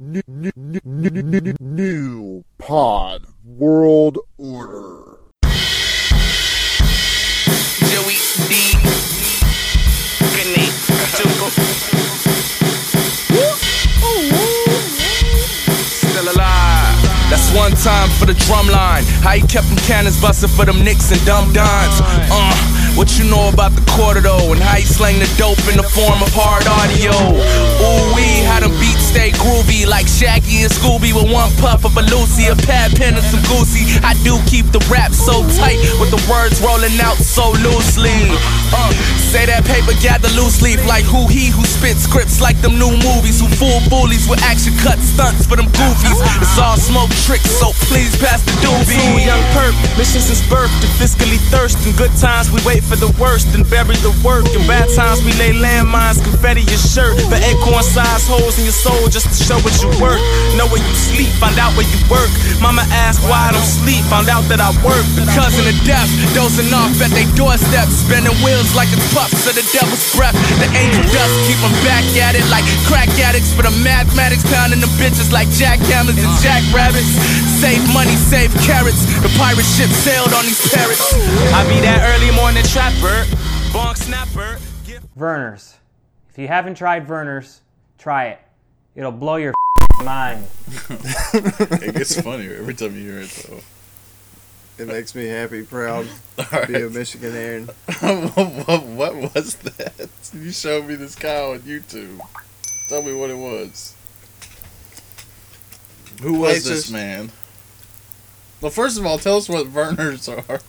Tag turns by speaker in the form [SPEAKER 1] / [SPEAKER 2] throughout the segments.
[SPEAKER 1] New, new, new, new, new, new pod world order.
[SPEAKER 2] Joey D. Grenade. Jumbo. Still alive. That's one time for the drum line. How you kept them cannons busting for them nicks and dumb dimes. Uh, what you know about the quarter though, and how you slang the dope in the form of hard audio. Ooh wee, how them beats stay groovy like Shaggy and Scooby with one puff of a Lucy, a Pat Pen and some Goosey. I do keep the rap so tight with the words rolling out so loosely. Uh, say that paper gather loose leaf like who he who spits scripts like them new movies who fool bullies with action cut stunts for them goofies. It's all smoke tricks, so please pass the doobie.
[SPEAKER 3] Two young perp, mission since birth to fiscally thirst. In good times, we wait for the worst and bury the work. In bad times, we lay landmines, confetti your shirt. For acorn size holes in your soul just to show what you work. Know where you sleep, find out where you work. Mama asked why I don't sleep, found out that I work. Because
[SPEAKER 2] cousin of death, dozing off at their doorstep, spinning wheels like it's puffs of the devil's breath. The angel dust keep 'em back at it like crack addicts for the mathematics, pounding them bitches like jackhammers and jackrabbits. Save money, save carrots. The pirate ship sailed on these parrots.
[SPEAKER 3] I be that early morning trapper, bonk snapper. gift-
[SPEAKER 4] Verner's. If you haven't tried Verner's, try it. It'll blow your mind.
[SPEAKER 5] It gets funnier every time you hear it, though.
[SPEAKER 6] It makes me happy, proud
[SPEAKER 5] All
[SPEAKER 6] to be a
[SPEAKER 5] right.
[SPEAKER 6] Michiganarian.
[SPEAKER 5] what, what was that? You showed me this cow on YouTube. Tell me what it was. Who was
[SPEAKER 6] It's
[SPEAKER 5] this
[SPEAKER 6] just-
[SPEAKER 5] man? Well, first of all, tell us what Verners are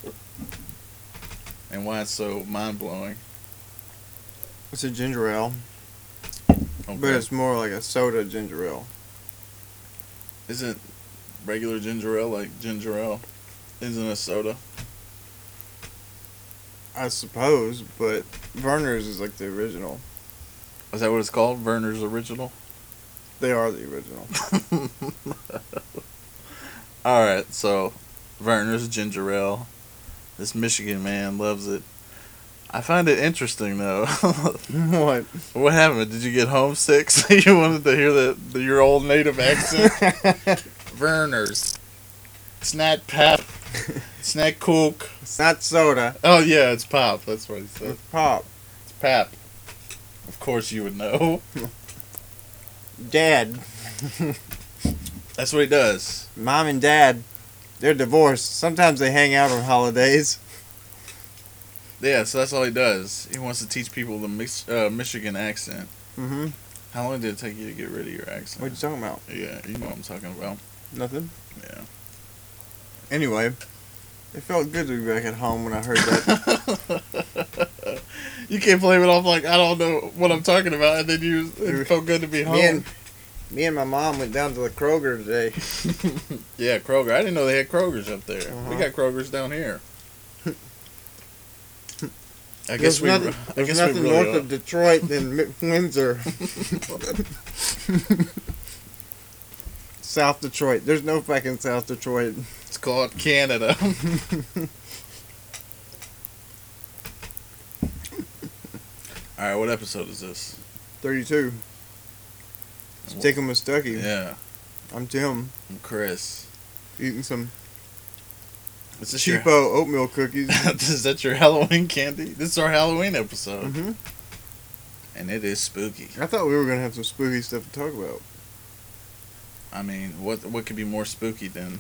[SPEAKER 5] and why it's so mind blowing.
[SPEAKER 6] It's a ginger ale, but
[SPEAKER 5] Okay.
[SPEAKER 6] it's more like a soda ginger ale.
[SPEAKER 5] Isn't regular ginger ale like ginger ale? Isn't a soda?
[SPEAKER 6] I suppose, but Verner's is like the original.
[SPEAKER 5] Is that what it's called? Verner's Original?
[SPEAKER 6] They are the original.
[SPEAKER 5] All right, so Verner's ginger ale. This Michigan man loves it. I find it interesting though.
[SPEAKER 6] what?
[SPEAKER 5] what happened? Did you get homesick? So you wanted to hear that the, your old native accent? Verner's. It's not pop. It's not coke.
[SPEAKER 6] It's not soda.
[SPEAKER 5] Oh yeah, it's pop. That's what he said.
[SPEAKER 6] It's pop.
[SPEAKER 5] It's pap. Of course you would know.
[SPEAKER 6] Dad.
[SPEAKER 5] That's what he does.
[SPEAKER 6] Mom and dad. They're divorced. Sometimes they hang out on holidays.
[SPEAKER 5] Yeah, so that's all he does. He wants to teach people the mix, uh, Michigan accent.
[SPEAKER 6] Mm-hmm.
[SPEAKER 5] How long did it take you to get rid of your accent?
[SPEAKER 6] What you talking about?
[SPEAKER 5] Yeah, you know what I'm talking about.
[SPEAKER 6] Nothing.
[SPEAKER 5] Yeah.
[SPEAKER 6] Anyway, it felt good to be back at home when I heard that.
[SPEAKER 5] You can't blame it off like I don't know what I'm talking about, and then you it felt good to be home.
[SPEAKER 6] me and me and my mom went down to the Kroger today.
[SPEAKER 5] yeah, Kroger. I didn't know they had Krogers up there. We
[SPEAKER 6] Uh-huh.
[SPEAKER 5] got Krogers down here. I guess
[SPEAKER 6] there's
[SPEAKER 5] we.
[SPEAKER 6] nothing,
[SPEAKER 5] I
[SPEAKER 6] there's
[SPEAKER 5] guess we
[SPEAKER 6] nothing
[SPEAKER 5] really
[SPEAKER 6] north
[SPEAKER 5] are.
[SPEAKER 6] of Detroit than Mi- Windsor. South Detroit. There's no fucking South Detroit.
[SPEAKER 5] It's called Canada. All right, what episode is this?
[SPEAKER 6] 32. Sticking with Stucky.
[SPEAKER 5] Yeah,
[SPEAKER 6] I'm Tim.
[SPEAKER 5] I'm Chris.
[SPEAKER 6] Eating some
[SPEAKER 5] Is this your
[SPEAKER 6] cheapo oatmeal cookies.
[SPEAKER 5] is that your Halloween candy? This is our Halloween episode,
[SPEAKER 6] Mhm.
[SPEAKER 5] Mm-hmm. and it is spooky.
[SPEAKER 6] I thought we were gonna have some spooky stuff to talk about.
[SPEAKER 5] I mean, what what could be more spooky than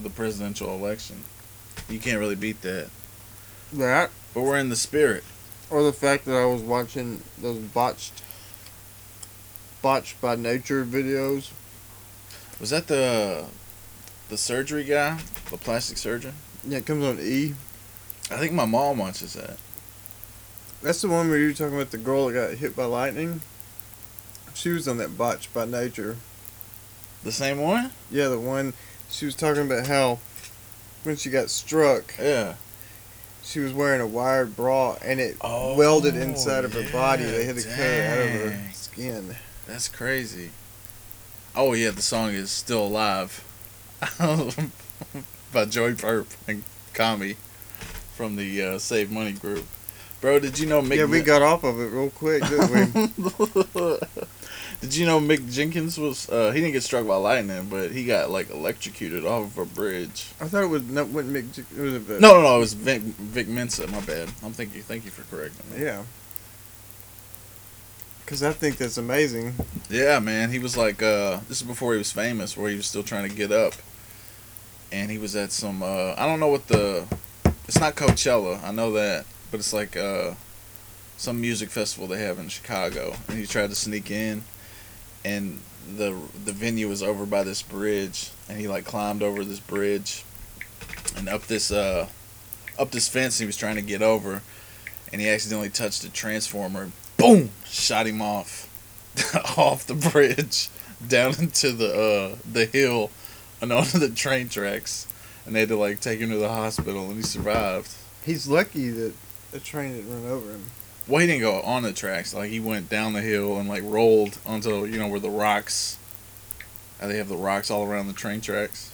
[SPEAKER 5] the presidential election? You can't really beat that.
[SPEAKER 6] That
[SPEAKER 5] But we're in the spirit.
[SPEAKER 6] or the fact that I was watching those botched, botched by nature videos.
[SPEAKER 5] Was that the the surgery guy, the plastic surgeon?
[SPEAKER 6] Yeah, it comes on E.
[SPEAKER 5] I think my mom watches that.
[SPEAKER 6] That's the one where you were talking about the girl that got hit by lightning. She was on that botch by nature.
[SPEAKER 5] The same one?
[SPEAKER 6] Yeah, the one she was talking about how when she got struck,
[SPEAKER 5] Yeah.
[SPEAKER 6] she was wearing a wired bra and it welded inside of her body.
[SPEAKER 5] yeah,
[SPEAKER 6] They had to cut it out of her
[SPEAKER 5] dang.
[SPEAKER 6] skin.
[SPEAKER 5] That's crazy. Oh yeah, the song is still alive. By Joey Perp and Kami from the uh, Save Money group. Bro, did you know Mick?
[SPEAKER 6] yeah, we
[SPEAKER 5] Mi-
[SPEAKER 6] got off of it real quick, didn't we?
[SPEAKER 5] Did you know Mick Jenkins was? Uh, he didn't get struck by lightning, but he got like electrocuted off of a bridge.
[SPEAKER 6] I thought it was not what Mick. J- It was a bit.
[SPEAKER 5] No, no, no. It was Vic, Vic Mensa. My bad. I'm thinking. Thank you for correcting me.
[SPEAKER 6] Yeah. Because I think that's amazing.
[SPEAKER 5] Yeah, man. He was like, uh, this is before he was famous, where he was still trying to get up. And he was at some, uh, I don't know what the, it's not Coachella, I know that, but it's like uh, some music festival they have in Chicago. And he tried to sneak in, and the the venue was over by this bridge, and he like climbed over this bridge, and up this uh, up this fence he was trying to get over, and he accidentally touched a transformer. Boom! Shot him off. off the bridge down into the uh, the hill and onto the train tracks, and they had to like take him to the hospital, and he survived.
[SPEAKER 6] He's lucky that the train didn't run over him.
[SPEAKER 5] Well, he didn't go on the tracks; like he went down the hill and like rolled onto you know where the rocks. How they have the rocks all around the train tracks.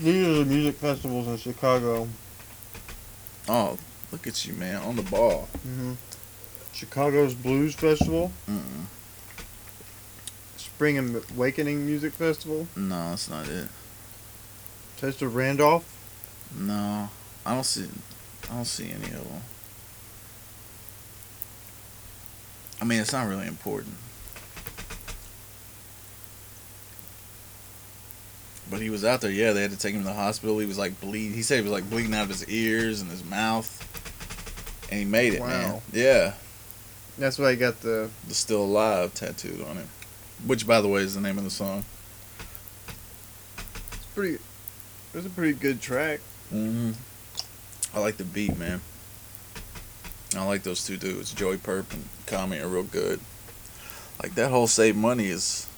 [SPEAKER 6] These are the music festivals in Chicago.
[SPEAKER 5] Oh, look at you, man, on the ball.
[SPEAKER 6] Mm-hmm. Chicago's Blues Festival,
[SPEAKER 5] Mm-mm.
[SPEAKER 6] Spring and Awakening Music Festival,
[SPEAKER 5] No, that's not it.
[SPEAKER 6] Taste of Randolph,
[SPEAKER 5] No, I don't see. I don't see any of them. I mean, it's not really important. But he was out there. Yeah, they had to take him to the hospital. He was like bleed. He said he was like bleeding out of his ears and his mouth. And he made it, man.
[SPEAKER 6] Wow.
[SPEAKER 5] Yeah,
[SPEAKER 6] That's why I got the.
[SPEAKER 5] the still alive tattooed on him, which, by the way, is the name of the song.
[SPEAKER 6] It's pretty. It was a pretty good track.
[SPEAKER 5] Mm-hmm. I like the beat, man. I like those two dudes, Joey Perp and Kami, are real good. Like that whole save money is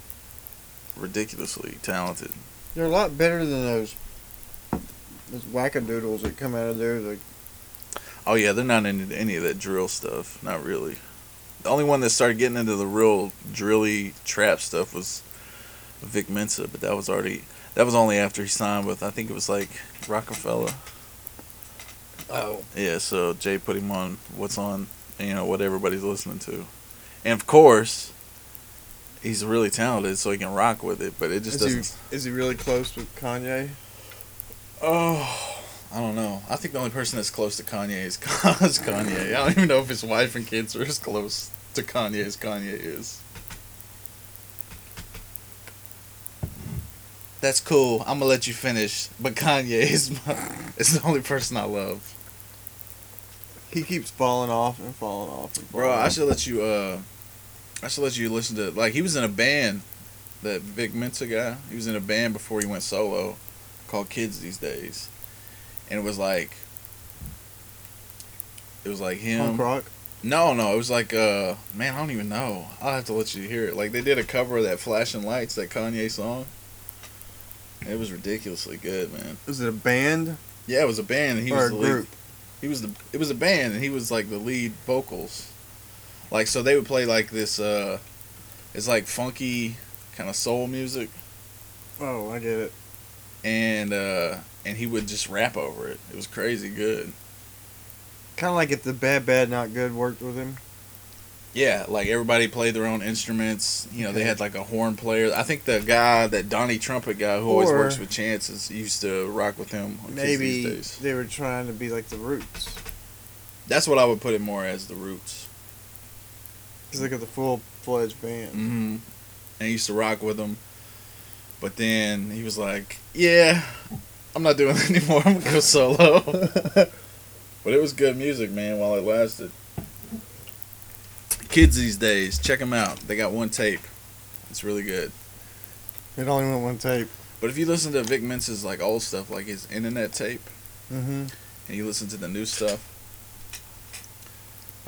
[SPEAKER 5] ridiculously talented.
[SPEAKER 6] They're a lot better than those. Those wackadoodles that come out of there. Like,
[SPEAKER 5] Oh yeah, they're not into any of that drill stuff. Not really. The only one that started getting into the real drilly trap stuff was Vic Mensa, but that was already that was only after he signed with I think it was like Rockefeller.
[SPEAKER 6] oh.
[SPEAKER 5] Yeah, so Jay put him on what's on, you know, what everybody's listening to. And of course, he's really talented, so he can rock with it, but it just
[SPEAKER 6] Is
[SPEAKER 5] doesn't.
[SPEAKER 6] he, is he really close with Kanye?
[SPEAKER 5] Oh, I don't know. I think the only person that's close to Kanye is, Ka- is Kanye. I don't even know if his wife and kids are as close to Kanye as Kanye is. That's cool. I'm gonna let you finish, but Kanye is my, is the only person I love.
[SPEAKER 6] He keeps falling off and falling off. And falling
[SPEAKER 5] Bro, I
[SPEAKER 6] off.
[SPEAKER 5] should let you. uh I should let you listen to. Like he was in a band, that Vic Mensa guy. He was in a band before he went solo, called Kids These Days, and it was like. It was like
[SPEAKER 6] Punk
[SPEAKER 5] him.
[SPEAKER 6] rock.
[SPEAKER 5] No, no, it was like uh man, I don't even know. I'll have to let you hear it. Like they did a cover of that Flashing Lights, that Kanye song. It was ridiculously good, man.
[SPEAKER 6] Is it a band
[SPEAKER 5] Yeah, it was a band. And he
[SPEAKER 6] or
[SPEAKER 5] was
[SPEAKER 6] a
[SPEAKER 5] the lead
[SPEAKER 6] group?
[SPEAKER 5] he was the it was a band and he was like the lead vocals like so they would play like this uh it's like funky kind of soul music
[SPEAKER 6] Oh, I get it.
[SPEAKER 5] and uh and he would just rap over it it was crazy good
[SPEAKER 6] Kind of like if the Bad Bad Not Good worked with him.
[SPEAKER 5] yeah like everybody played their own instruments you know they
[SPEAKER 6] Okay.
[SPEAKER 5] had like a horn player i think the guy that donnie trumpet guy who always
[SPEAKER 6] Or-
[SPEAKER 5] works with chance is used to rock with him on Kids
[SPEAKER 6] Maybe
[SPEAKER 5] These Days.
[SPEAKER 6] they were trying to be like the Roots.
[SPEAKER 5] that's what i would put it more as the roots
[SPEAKER 6] Cause look at the full fledged band.
[SPEAKER 5] hmm And he used to rock with him. But then he was like, yeah, I'm not doing it anymore. I'm going to go solo. but it was good music, man, while it lasted. Kids these days, check them out. They got one tape. It's really good.
[SPEAKER 6] It only went one tape.
[SPEAKER 5] But if you listen to Vic Mensa's like old stuff, like his internet tape,
[SPEAKER 6] Mm-hmm.
[SPEAKER 5] and you listen to the new stuff,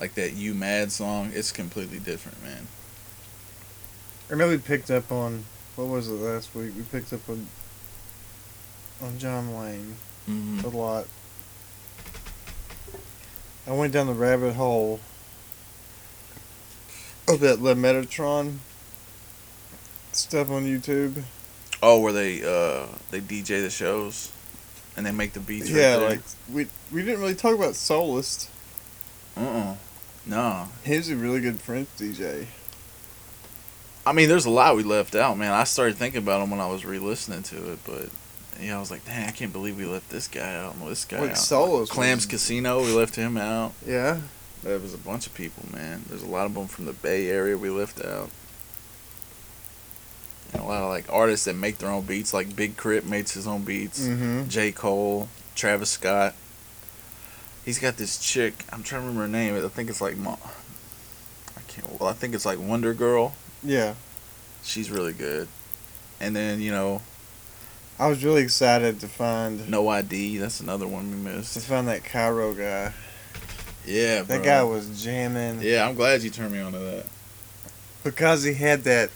[SPEAKER 5] like that "You Mad" song, it's completely different, man.
[SPEAKER 6] I know we picked up on what was it last week? We picked up on on John Wayne
[SPEAKER 5] Mm-hmm.
[SPEAKER 6] a lot. I went down the rabbit hole of that Le Metatron stuff on YouTube.
[SPEAKER 5] Oh, where they uh they DJ the shows, and they make the beats.
[SPEAKER 6] yeah,
[SPEAKER 5] right there?
[SPEAKER 6] like we we didn't really talk about Solist.
[SPEAKER 5] uh uh No.
[SPEAKER 6] He was a really good French DJ.
[SPEAKER 5] I mean, there's a lot we left out, man. I started thinking about him when I was re-listening to it, but yeah, I was like, dang, I can't believe we left this guy out and this guy
[SPEAKER 6] Like
[SPEAKER 5] out.
[SPEAKER 6] solos
[SPEAKER 5] Clams
[SPEAKER 6] was-
[SPEAKER 5] Casino, we left him out.
[SPEAKER 6] Yeah.
[SPEAKER 5] There was a bunch of people, man. There's a lot of them from the Bay Area we left out. And a lot of like artists that make their own beats, like Big Crit makes his own beats.
[SPEAKER 6] Mm-hmm.
[SPEAKER 5] J. Cole, Travis Scott. He's got this chick. I'm trying to remember her name. I think it's like Mo- I can't. Well, I think it's like Wonder Girl.
[SPEAKER 6] Yeah.
[SPEAKER 5] She's really good. And then you know,
[SPEAKER 6] I was really excited to find
[SPEAKER 5] No ID. That's another one we
[SPEAKER 6] to
[SPEAKER 5] missed.
[SPEAKER 6] find that Cairo guy.
[SPEAKER 5] Yeah, bro.
[SPEAKER 6] That guy was jamming
[SPEAKER 5] Yeah, I'm glad you turned me on to that.
[SPEAKER 6] because he had that.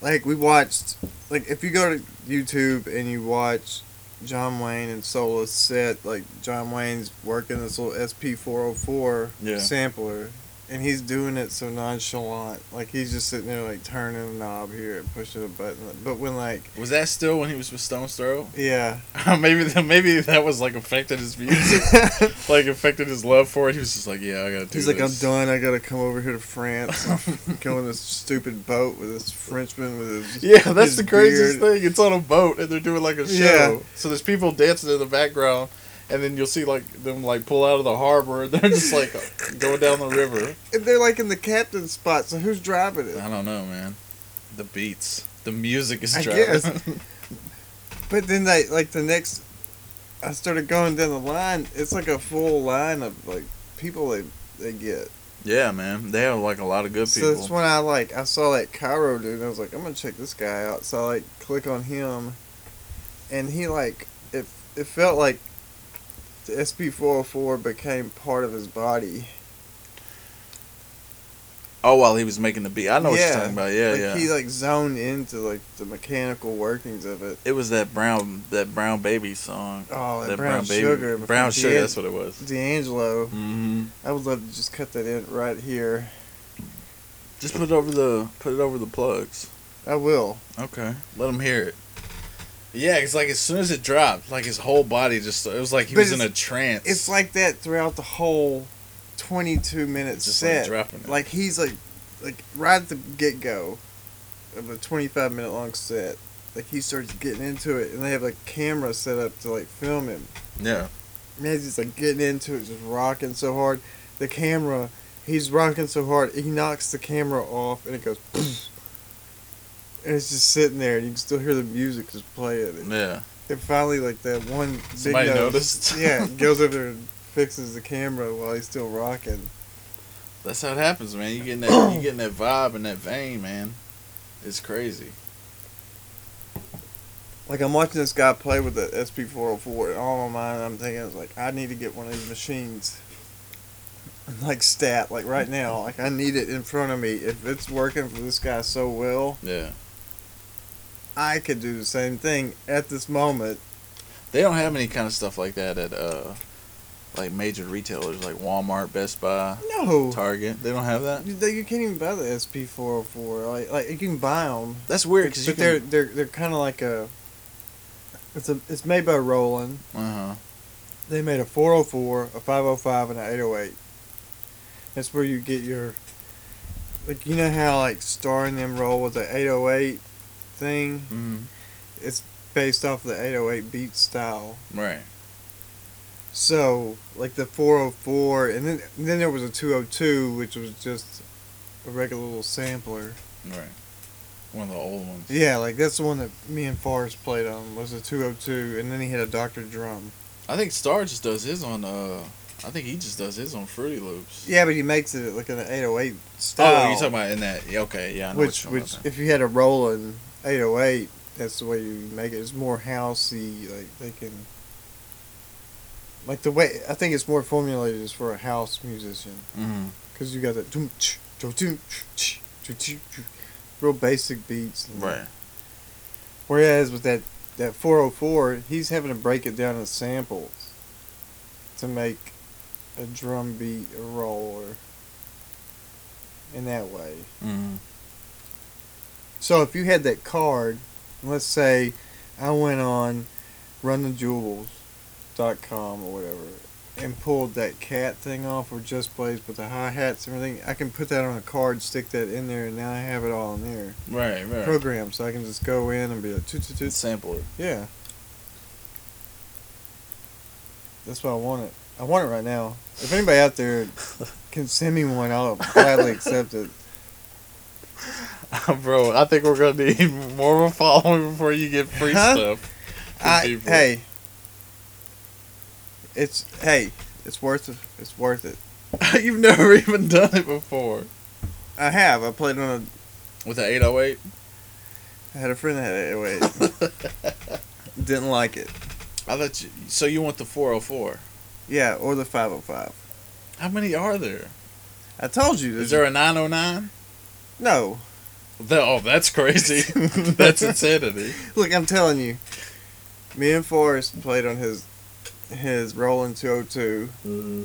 [SPEAKER 6] Like we watched, like if you go to YouTube and you watch John Wayne and Solis set, like John Wayne's working this little SP four hundred four
[SPEAKER 5] Yeah.
[SPEAKER 6] sampler, and he's doing it so nonchalant, like he's just sitting there like turning a knob here and pushing a button. But when like
[SPEAKER 5] Was that still when he was with Stone's Throw?
[SPEAKER 6] yeah,
[SPEAKER 5] maybe that maybe that was like affected his music, like affected his love for it. He was just like, yeah, I gotta do
[SPEAKER 6] He's like, I'm done. I gotta come over here to France. and go on this stupid boat with this Frenchman with his.
[SPEAKER 5] Yeah, that's
[SPEAKER 6] his
[SPEAKER 5] the craziest
[SPEAKER 6] beard.
[SPEAKER 5] thing. It's on a boat and they're doing like a show.
[SPEAKER 6] Yeah.
[SPEAKER 5] So there's people dancing in the background and then you'll see like them like pull out of the harbor and they're just like going down the river.
[SPEAKER 6] And they're like in the captain's spot. So who's driving it?
[SPEAKER 5] I don't know, man. The beats. The music is
[SPEAKER 6] I
[SPEAKER 5] driving.
[SPEAKER 6] guess. But then they like the next. I started going down the line. It's like a full line of like people they they get.
[SPEAKER 5] yeah, man. They have like a lot of good
[SPEAKER 6] So that's when I like I saw that Cairo dude and I was like, I'm gonna check this guy out. So I like click on him and he like it it felt like the SP four oh four became part of his body.
[SPEAKER 5] oh, while he was making the beat. I know what
[SPEAKER 6] Yeah.
[SPEAKER 5] you're talking about. Yeah,
[SPEAKER 6] like
[SPEAKER 5] yeah.
[SPEAKER 6] he like zoned into like the mechanical workings of it.
[SPEAKER 5] it was that brown that brown baby song.
[SPEAKER 6] Oh, that, brown, sugar.
[SPEAKER 5] Baby,
[SPEAKER 6] but
[SPEAKER 5] brown
[SPEAKER 6] from
[SPEAKER 5] sugar.
[SPEAKER 6] D'Ang-
[SPEAKER 5] That's what it was.
[SPEAKER 6] D'Angelo.
[SPEAKER 5] hmm
[SPEAKER 6] I would love to just cut that in right here.
[SPEAKER 5] Just put it over the put it over the plugs.
[SPEAKER 6] I will.
[SPEAKER 5] Okay. Let him hear it. Yeah, it's like as soon as it dropped, like his whole body just it was like he
[SPEAKER 6] But
[SPEAKER 5] was in
[SPEAKER 6] it's-
[SPEAKER 5] a trance.
[SPEAKER 6] It's like that throughout the whole twenty-two minute
[SPEAKER 5] Just, like,
[SPEAKER 6] set.
[SPEAKER 5] dropping it.
[SPEAKER 6] Like, he's like, like right at the get-go of a twenty-five minute long set. Like he starts getting into it, and they have a camera set up to like film him.
[SPEAKER 5] Yeah.
[SPEAKER 6] Man, he's just like getting into it, just rocking so hard. The camera, he's rocking so hard, he knocks the camera off, and it goes. And it's just sitting there, and you can still hear the music just playing. And,
[SPEAKER 5] Yeah.
[SPEAKER 6] and finally, like that one big
[SPEAKER 5] Somebody
[SPEAKER 6] nose-
[SPEAKER 5] noticed.
[SPEAKER 6] yeah, goes over there and fixes the camera while he's still rocking.
[SPEAKER 5] That's how it happens, man. You getting that you getting that vibe and that vein, man. It's crazy.
[SPEAKER 6] Like I'm watching this guy play with the SP404, and all in my mind I'm thinking, I was like, I need to get one of these machines. Like stat, like right now, like I need it in front of me. If it's working for this guy so well,
[SPEAKER 5] Yeah.
[SPEAKER 6] I could do the same thing at this moment.
[SPEAKER 5] They don't have any kind of stuff like that at uh like major retailers like Walmart, Best Buy,
[SPEAKER 6] No,
[SPEAKER 5] Target. They don't have that.
[SPEAKER 6] you, you can't even buy the SP404. Like, like you can buy them,
[SPEAKER 5] That's weird
[SPEAKER 6] but
[SPEAKER 5] because you
[SPEAKER 6] they're
[SPEAKER 5] can.
[SPEAKER 6] they're they're kind of like a. It's a it's made by Roland.
[SPEAKER 5] Uh huh.
[SPEAKER 6] They made a 404, a 505, and an 808. That's where you get your. Like, you know how, like, Star and them roll with the 808 thing?
[SPEAKER 5] hmm
[SPEAKER 6] It's based off the 808 beat style.
[SPEAKER 5] Right.
[SPEAKER 6] So, like, the 404, and then, and then there was a 202, which was just a regular little sampler.
[SPEAKER 5] Right. One of the old ones.
[SPEAKER 6] Yeah, like, that's the one that me and Forrest played on, was a 202, and then he had a Dr. Drum.
[SPEAKER 5] I think Star just does his on uh. I think he just does his on Fruity Loops.
[SPEAKER 6] Yeah, but he makes it, like, an 808 style.
[SPEAKER 5] Oh, you're talking about in that? Yeah, okay, yeah. I know
[SPEAKER 6] which
[SPEAKER 5] what you're
[SPEAKER 6] which
[SPEAKER 5] talking about
[SPEAKER 6] if you had a Roland 808 that's the way you make it it's more housey like they can like the way i think it's more formulated is for a house musician
[SPEAKER 5] there. Mhm.
[SPEAKER 6] because you got that doom, ch, do, doom, ch, ch, do, do, do, real basic beats and-
[SPEAKER 5] Right.
[SPEAKER 6] whereas with that that 404 he's having to break it down in samples to make a drum beat a roll or in that way
[SPEAKER 5] Mm-hmm.
[SPEAKER 6] So if you had that card, let's say I went on runthejewels.com or whatever, and pulled that cat thing off, or just plays with the hi hats and everything, I can put that on a card, stick that in there, and now I have it all in there.
[SPEAKER 5] Right, right.
[SPEAKER 6] Program, so I can just go in and be like, toot, toot, toot.
[SPEAKER 5] Sampler.
[SPEAKER 6] yeah. That's why I want it. I want it right now. If anybody out there can send me one, I'll gladly accept it.
[SPEAKER 5] Bro, I think we're going to need more of a following before you get free
[SPEAKER 6] Huh?
[SPEAKER 5] stuff. from
[SPEAKER 6] I,
[SPEAKER 5] people.
[SPEAKER 6] hey, it's hey, it's worth it. It's worth it.
[SPEAKER 5] You've never even done it before.
[SPEAKER 6] I have. I played on a.
[SPEAKER 5] With oh an 808?
[SPEAKER 6] I had a friend that had it. Wait, didn't like it.
[SPEAKER 5] I thought you. So you want the 404.
[SPEAKER 6] Yeah, or the five hundred five.
[SPEAKER 5] How many are there?
[SPEAKER 6] I told you.
[SPEAKER 5] Is
[SPEAKER 6] There's
[SPEAKER 5] there a 909?
[SPEAKER 6] no?
[SPEAKER 5] The- oh, that's crazy. that's insanity.
[SPEAKER 6] Look, I'm telling you. Me and Forrest played on his his Roland 202
[SPEAKER 5] Mm-hmm.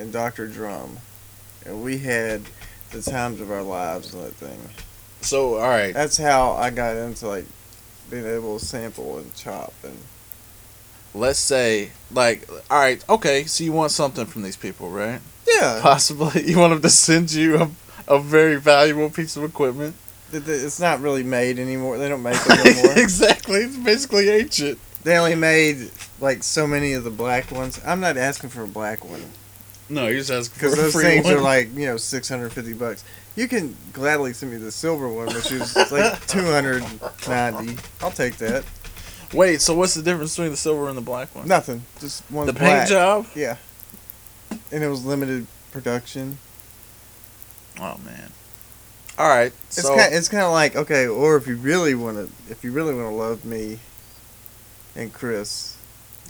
[SPEAKER 6] and Doctor Drum, and we had the times of our lives on that thing.
[SPEAKER 5] So, all right.
[SPEAKER 6] That's how I got into like being able to sample and chop and
[SPEAKER 5] Let's say, like, all right, okay, so you want something from these people, right?
[SPEAKER 6] yeah.
[SPEAKER 5] Possibly. You want them to send you a, a very valuable piece of equipment.
[SPEAKER 6] Th- th- It's not really made anymore. They don't make them anymore.
[SPEAKER 5] exactly. It's basically ancient.
[SPEAKER 6] they only made like so many of the black ones. I'm not asking for a black one
[SPEAKER 5] No, you're just asking
[SPEAKER 6] because those things are like you know 650 bucks. You can gladly send me the silver one, which is like 290. I'll take that.
[SPEAKER 5] Wait, so what's the difference between the silver and the black one?
[SPEAKER 6] Nothing. Just one
[SPEAKER 5] the
[SPEAKER 6] black.
[SPEAKER 5] paint job?
[SPEAKER 6] Yeah. And it was limited production.
[SPEAKER 5] Oh, man. All right.
[SPEAKER 6] It's
[SPEAKER 5] so,
[SPEAKER 6] kind. It's kind of like okay, or if you really want to, if you really want to love me, and Chris,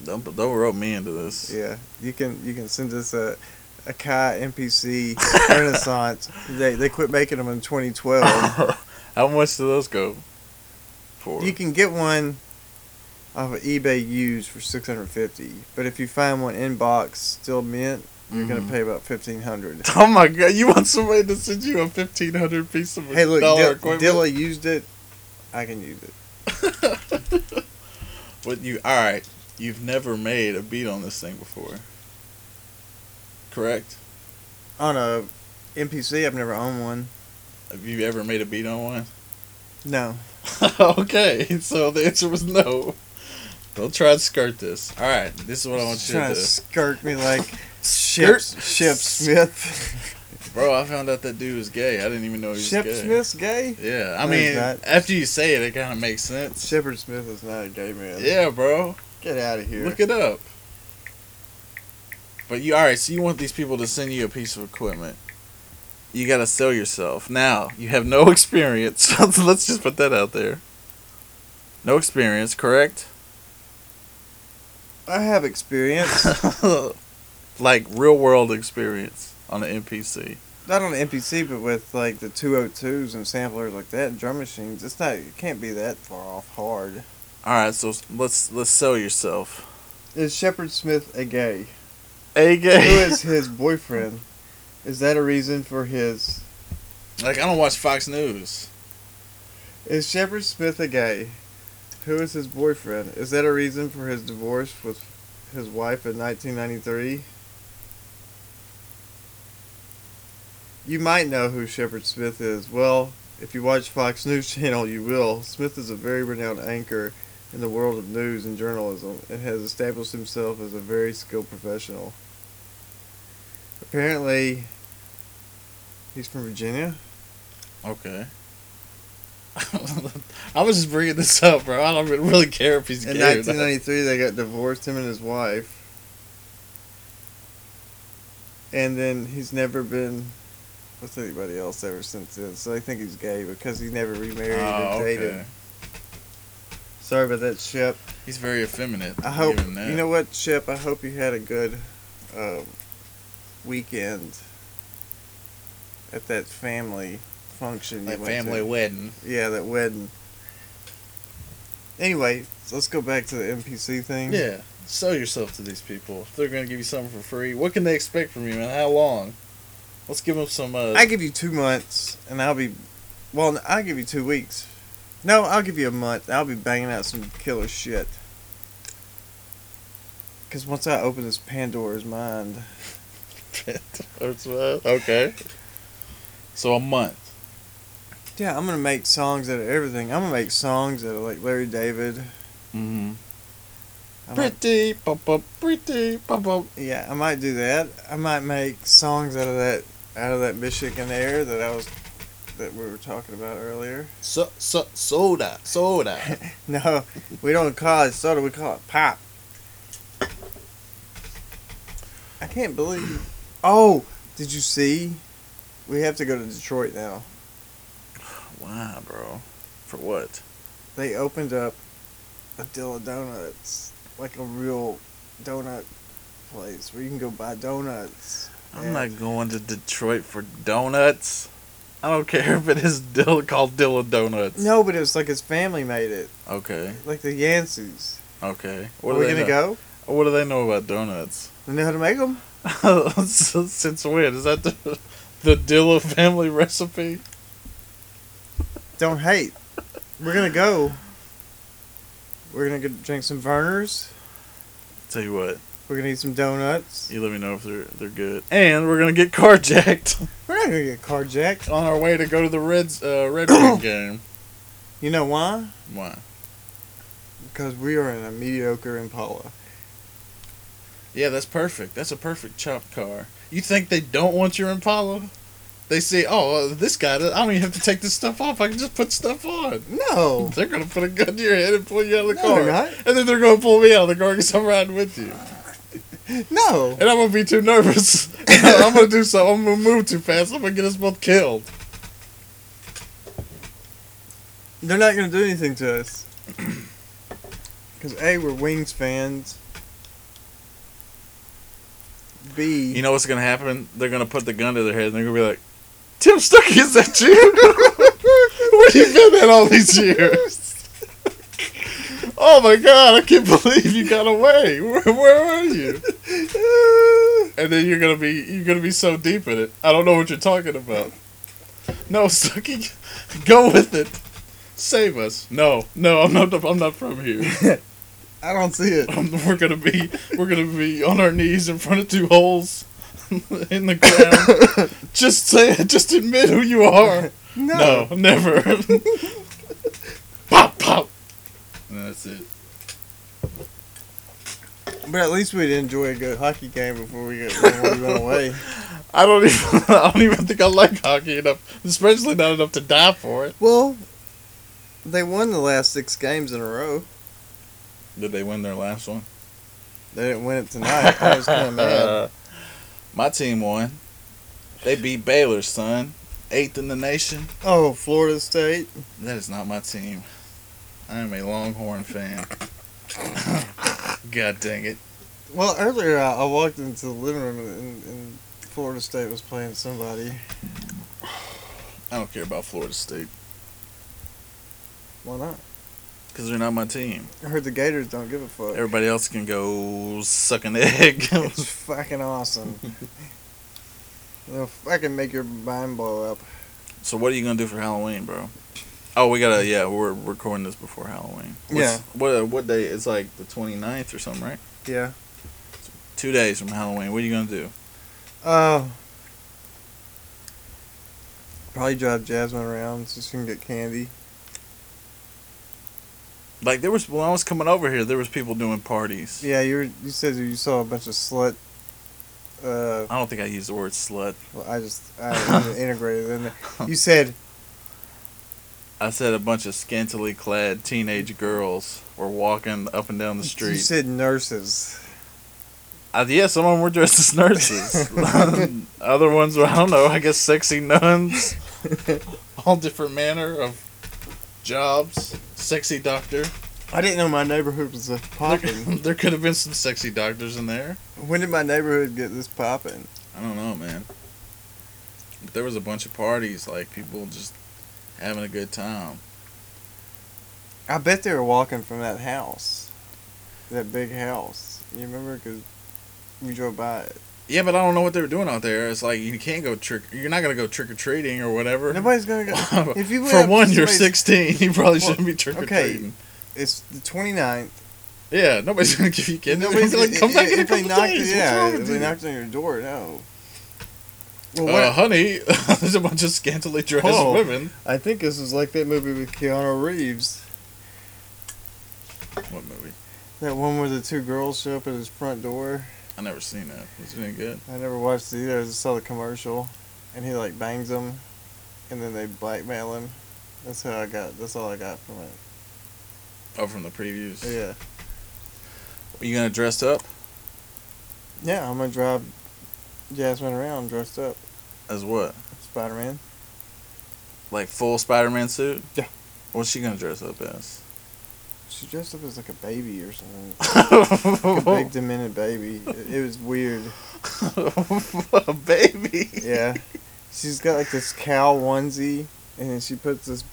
[SPEAKER 5] don't, don't rope me into this.
[SPEAKER 6] Yeah, you can you can send us a a Kai NPC Renaissance. They they quit making them in 2012.
[SPEAKER 5] How much do those go for?
[SPEAKER 6] you can get one off of eBay used for 650, but if you find one in box still mint, you're gonna
[SPEAKER 5] Mhm.
[SPEAKER 6] pay about 1500.
[SPEAKER 5] Oh my god! You want somebody to send you a fifteen hundred piece of
[SPEAKER 6] Hey, look,
[SPEAKER 5] dollar
[SPEAKER 6] Dil-
[SPEAKER 5] equipment?
[SPEAKER 6] Dilla used it. I can use it.
[SPEAKER 5] But you, all right, you've never made a beat on this thing before, correct?
[SPEAKER 6] On a NPC, I've never owned one.
[SPEAKER 5] Have you ever made a beat on one?
[SPEAKER 6] No.
[SPEAKER 5] okay, so the answer was no. Don't try to skirt this. All right, this is what I want you
[SPEAKER 6] trying
[SPEAKER 5] to
[SPEAKER 6] to
[SPEAKER 5] do,
[SPEAKER 6] skirt me like Ship,
[SPEAKER 5] Skirt?
[SPEAKER 6] Ship Smith.
[SPEAKER 5] bro. I found out that dude was gay. I didn't even know he was
[SPEAKER 6] Ship
[SPEAKER 5] Oh, gay.
[SPEAKER 6] Smith's gay?
[SPEAKER 5] Yeah, I
[SPEAKER 6] No, he's
[SPEAKER 5] mean,
[SPEAKER 6] not.
[SPEAKER 5] after you say it, it kind of makes sense.
[SPEAKER 6] Shepard Smith is not a gay man.
[SPEAKER 5] Yeah, bro.
[SPEAKER 6] Get out of here.
[SPEAKER 5] Look it up. But you all right? So you want these people to send you a piece of equipment? You gotta sell yourself. Now you have no experience. so Let's just put that out there. No experience, correct?
[SPEAKER 6] I have experience.
[SPEAKER 5] like real world experience on an NPC.
[SPEAKER 6] not on NPC, but with like the 202s and samplers like that, and drum machines. It's not. It can't be that far off hard.
[SPEAKER 5] All right, so let's let's sell yourself.
[SPEAKER 6] Is Shepard Smith a gay?
[SPEAKER 5] A
[SPEAKER 6] Who
[SPEAKER 5] gay.
[SPEAKER 6] is his boyfriend? Is that a reason for his?
[SPEAKER 5] Like I don't watch Fox News.
[SPEAKER 6] Is Shepard Smith a gay? Who is his boyfriend? Is that a reason for his divorce with his wife in 1993? You might know who Shepard Smith is. Well, if you watch Fox News Channel, you will. Smith is a very renowned anchor in the world of news and journalism and has established himself as a very skilled professional. Apparently, he's from Virginia.
[SPEAKER 5] Okay. I was just bringing this up, bro. I don't really care if he's
[SPEAKER 6] In
[SPEAKER 5] gay. or not.
[SPEAKER 6] 1993, they got divorced, him and his wife. And then he's never been with anybody else ever since then. So they think he's gay because he never remarried
[SPEAKER 5] Oh,
[SPEAKER 6] or dated.
[SPEAKER 5] okay.
[SPEAKER 6] Sorry about that, Shep.
[SPEAKER 5] He's very effeminate.
[SPEAKER 6] I hope,
[SPEAKER 5] give him that.
[SPEAKER 6] you know what, Shep? I hope you had a good um, weekend at that family function.
[SPEAKER 5] Like
[SPEAKER 6] you went
[SPEAKER 5] family
[SPEAKER 6] to.
[SPEAKER 5] wedding.
[SPEAKER 6] Yeah, that wedding. Anyway, so let's go back to the NPC thing.
[SPEAKER 5] Yeah, sell yourself to these people. If they're gonna give you something for free, what can they expect from you, man? How long? Let's give them some. Uh,
[SPEAKER 6] I give you two months, and I'll be. Well, n- I'll give you two weeks. No, I'll give you a month. I'll be banging out some killer shit. Because once I open this Pandora's mind,
[SPEAKER 5] That's right. Okay. So a month.
[SPEAKER 6] yeah, I'm gonna make songs out of everything. I'm gonna make songs that are like Larry David.
[SPEAKER 5] Mm-hmm.
[SPEAKER 6] I might,
[SPEAKER 5] Pretty, pop up, pretty, pop up.
[SPEAKER 6] yeah, I might do that. I might make songs out of that out of that Michigan air that I was that we were talking about earlier.
[SPEAKER 5] So, so, soda, soda.
[SPEAKER 6] No, we don't call it soda. We call it pop. I can't believe. Oh, did you see? We have to go to Detroit now.
[SPEAKER 5] Wow, bro. For what?
[SPEAKER 6] They opened up a Dilla Donuts, like a real donut place where you can go buy donuts.
[SPEAKER 5] I'm
[SPEAKER 6] Yeah.
[SPEAKER 5] not going to Detroit for donuts. I don't care if it is Dill called Dilla Donuts.
[SPEAKER 6] No, but it was like his family made it,
[SPEAKER 5] Okay.
[SPEAKER 6] like the Yanceys.
[SPEAKER 5] Okay. What
[SPEAKER 6] Are
[SPEAKER 5] do
[SPEAKER 6] we
[SPEAKER 5] they
[SPEAKER 6] gonna
[SPEAKER 5] know?
[SPEAKER 6] go?
[SPEAKER 5] What do they know about donuts?
[SPEAKER 6] They know how to make them?
[SPEAKER 5] Since since when is that the, the Dilla family recipe?
[SPEAKER 6] Don't hate. We're gonna go. We're gonna go drink some Verners.
[SPEAKER 5] Tell you what,
[SPEAKER 6] We're gonna eat some donuts.
[SPEAKER 5] you let me know if they're they're good. And we're gonna get carjacked
[SPEAKER 6] We're not gonna get carjacked.
[SPEAKER 5] on our way to go to the Reds uh, Red Wing game.
[SPEAKER 6] You know why?
[SPEAKER 5] Why?
[SPEAKER 6] Because we are in a mediocre Impala.
[SPEAKER 5] Yeah, that's perfect. That's a perfect chopped car. You think they don't want your Impala? They say, oh, uh, this guy, I don't even have to take this stuff off. I can just put stuff on.
[SPEAKER 6] No.
[SPEAKER 5] They're going to put a gun to your head and pull you out of the
[SPEAKER 6] No,
[SPEAKER 5] car.
[SPEAKER 6] they're not.
[SPEAKER 5] And then Oh. they're going to pull me out of the car because I'm riding with you.
[SPEAKER 6] No.
[SPEAKER 5] And I'm going to be too nervous. I'm going to do something. I'm going to move too fast. I'm going to get us both killed.
[SPEAKER 6] They're not gonna do anything to us. Because A, we're Wings fans. B,
[SPEAKER 5] You know what's going to happen? They're going to put the gun to their head and they're going to be like, Tim Stuckey, is that you? Where you been at all these years? oh my god, I can't believe you got away. Where, where were you? and then you're gonna be you're gonna be so deep in it. I don't know what you're talking about. No, Stuckey, go with it. Save us. No, no, I'm not. I'm not from here.
[SPEAKER 6] I don't see it.
[SPEAKER 5] Um, we're gonna be we're gonna be on our knees in front of two holes in the ground. just say it. Just admit who you are. No, never. pop, pop. And that's it.
[SPEAKER 6] But at least we'd enjoy a good hockey game before we get before we went away.
[SPEAKER 5] I don't even. I don't even think I like hockey enough, especially not enough to die for it.
[SPEAKER 6] Well, they won the last six games in a row.
[SPEAKER 5] Did they win their last one?
[SPEAKER 6] They didn't win it tonight. I was kind of mad.
[SPEAKER 5] Uh, my team won. They beat Baylor, son. Eighth in the nation.
[SPEAKER 6] Oh, Florida State.
[SPEAKER 5] That is not my team. I am a Longhorn fan. God dang it.
[SPEAKER 6] Well, earlier uh, I, I walked into the living room and, and Florida State was playing somebody.
[SPEAKER 5] I don't care about Florida State
[SPEAKER 6] Why not?
[SPEAKER 5] because they're not my team.
[SPEAKER 6] I heard the Gators don't give a fuck.
[SPEAKER 5] Everybody else can go suck an egg.
[SPEAKER 6] It's fucking awesome. They'll fucking make your mind blow up.
[SPEAKER 5] so what are you gonna do for Halloween, bro? Oh, we gotta yeah, we're recording this before Halloween.
[SPEAKER 6] Yeah.
[SPEAKER 5] What's- What uh, what day? It's like the 29th or something, right?
[SPEAKER 6] Yeah.
[SPEAKER 5] Two days from Halloween. What are you gonna do?
[SPEAKER 6] Uh, probably drive Jasmine around so she can get candy.
[SPEAKER 5] Like there was when I was coming over here, there was people doing parties.
[SPEAKER 6] Yeah, you were, you said you saw a bunch of slut. Uh,
[SPEAKER 5] I don't think I used the word slut.
[SPEAKER 6] well, I just I integrated it in there. You said
[SPEAKER 5] I said a bunch of scantily clad teenage girls were walking up and down the
[SPEAKER 6] you
[SPEAKER 5] street.
[SPEAKER 6] said nurses.
[SPEAKER 5] Uh, yeah, some of them were dressed as nurses. Other ones were, I don't know, I guess sexy nuns. All different manner of jobs. Sexy doctor.
[SPEAKER 6] I didn't know my neighborhood was a popping.
[SPEAKER 5] there could have been some sexy doctors in there.
[SPEAKER 6] When did my neighborhood get this popping?
[SPEAKER 5] I don't know, man. But there was a bunch of parties, like people just having a good time.
[SPEAKER 6] I bet they were walking from that house, that big house. You remember? Because we drove by it.
[SPEAKER 5] Yeah, but I don't know what they were doing out there. It's like you can't go trick. You're not gonna go trick or treating or whatever.
[SPEAKER 6] Nobody's gonna go. If you went
[SPEAKER 5] for
[SPEAKER 6] up to
[SPEAKER 5] one, you're
[SPEAKER 6] somebody's-
[SPEAKER 5] 16. You probably
[SPEAKER 6] Well,
[SPEAKER 5] shouldn't be trick or
[SPEAKER 6] okay.
[SPEAKER 5] treating.
[SPEAKER 6] It's the 29th.
[SPEAKER 5] Yeah, nobody's gonna give you candy. Nobody's
[SPEAKER 6] Nobody's
[SPEAKER 5] like, come back in a
[SPEAKER 6] if they
[SPEAKER 5] couple
[SPEAKER 6] knocked,
[SPEAKER 5] days.
[SPEAKER 6] Yeah,
[SPEAKER 5] What's wrong
[SPEAKER 6] if
[SPEAKER 5] with
[SPEAKER 6] they
[SPEAKER 5] you?
[SPEAKER 6] knocked on your door, no. Well, what,
[SPEAKER 5] Uh, honey, there's a bunch of scantily dressed
[SPEAKER 6] Oh.
[SPEAKER 5] women.
[SPEAKER 6] I think this is like that movie with Keanu Reeves.
[SPEAKER 5] What movie?
[SPEAKER 6] That one where the two girls show up at his front door.
[SPEAKER 5] I never seen that. Was it any good?
[SPEAKER 6] I never watched it either. I just saw the commercial, and he like bangs them, and then they blackmail him. That's how I got. That's all I got from it.
[SPEAKER 5] Oh, from the previews.
[SPEAKER 6] Yeah,
[SPEAKER 5] Are you gonna dress up
[SPEAKER 6] yeah. I'm gonna drive Jasmine around dressed up,
[SPEAKER 5] as what?
[SPEAKER 6] Spider Man.
[SPEAKER 5] Like full Spider-Man suit?
[SPEAKER 6] Yeah.
[SPEAKER 5] What's she gonna dress up as?
[SPEAKER 6] She dressed up as like a baby or something, like a big demented baby. It, it was weird.
[SPEAKER 5] what a baby.
[SPEAKER 6] Yeah, she's got like this cow onesie, and then she puts this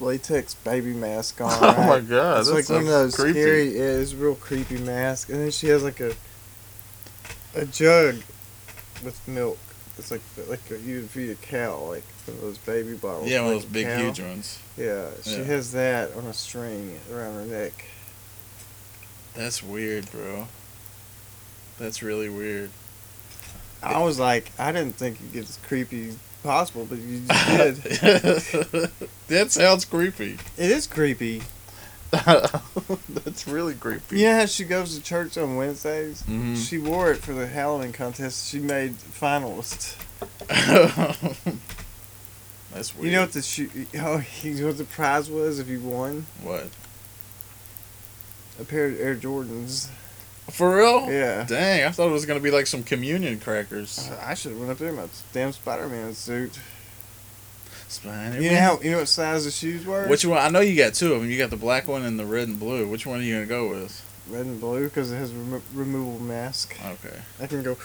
[SPEAKER 6] latex baby mask on.
[SPEAKER 5] Oh my
[SPEAKER 6] right?
[SPEAKER 5] god,
[SPEAKER 6] it's
[SPEAKER 5] that
[SPEAKER 6] like one of those
[SPEAKER 5] sounds creepy.
[SPEAKER 6] scary. Yeah, it's a real creepy mask, and then she has like a a jug with milk. It's like like a, you'd feed a cow, like one of those baby bottles.
[SPEAKER 5] Yeah, one
[SPEAKER 6] like
[SPEAKER 5] of those
[SPEAKER 6] a
[SPEAKER 5] big,
[SPEAKER 6] cow.
[SPEAKER 5] huge ones.
[SPEAKER 6] Yeah, she
[SPEAKER 5] Yeah.
[SPEAKER 6] has that on a string around her neck.
[SPEAKER 5] That's weird, bro. That's really weird.
[SPEAKER 6] I was like, I didn't think it gets creepy as possible, but you just did.
[SPEAKER 5] that sounds creepy.
[SPEAKER 6] it is creepy.
[SPEAKER 5] That's really creepy.
[SPEAKER 6] You know how she goes to church on Wednesdays?
[SPEAKER 5] Mhm.
[SPEAKER 6] She wore it for the Halloween contest. She made finalist.
[SPEAKER 5] That's weird.
[SPEAKER 6] You know what the sh- oh, you know what the prize was if you won
[SPEAKER 5] what?
[SPEAKER 6] a pair of Air Jordans.
[SPEAKER 5] For real?
[SPEAKER 6] Yeah. Uh,
[SPEAKER 5] Dang, I thought it was gonna be like some communion crackers.
[SPEAKER 6] I should have went up there in my damn Spider Man suit.
[SPEAKER 5] Spider-Man.
[SPEAKER 6] You know how you know what size the shoes were?
[SPEAKER 5] Which one? I know you got two of them. You got the black one and the red and blue. Which one are you gonna go with?
[SPEAKER 6] red and blue because it has remo- removable mask.
[SPEAKER 5] Okay.
[SPEAKER 6] I can go.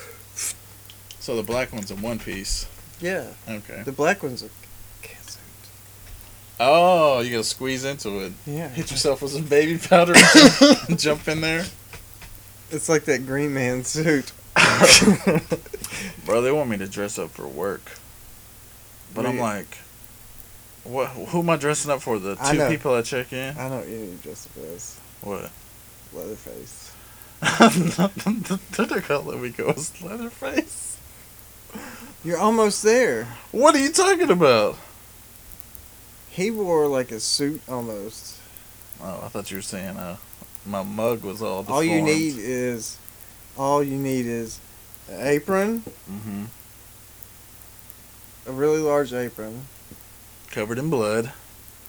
[SPEAKER 5] So the black one's in one piece.
[SPEAKER 6] Yeah,
[SPEAKER 5] Okay.
[SPEAKER 6] the black one's a cat suit.
[SPEAKER 5] Oh, you gotta squeeze into it.
[SPEAKER 6] Yeah,
[SPEAKER 5] Hit yourself with some baby powder and jump in there.
[SPEAKER 6] it's like that Green Man suit.
[SPEAKER 5] Bro, they want me to dress up for work. But I'm
[SPEAKER 6] Me-
[SPEAKER 5] like, what? Who am I dressing up for? The
[SPEAKER 6] I
[SPEAKER 5] two
[SPEAKER 6] know.
[SPEAKER 5] people I check in?
[SPEAKER 6] I know what you need to dress up as
[SPEAKER 5] What?
[SPEAKER 6] Leatherface.
[SPEAKER 5] They're not gonna let me go as Leatherface.
[SPEAKER 6] You're almost there.
[SPEAKER 5] What are you talking about?
[SPEAKER 6] He wore like a suit almost.
[SPEAKER 5] Oh, I thought you were saying uh, my mug was all.
[SPEAKER 6] all you
[SPEAKER 5] deformed.
[SPEAKER 6] need is, all you need is, an apron,
[SPEAKER 5] Mhm.
[SPEAKER 6] a really large apron.
[SPEAKER 5] covered in blood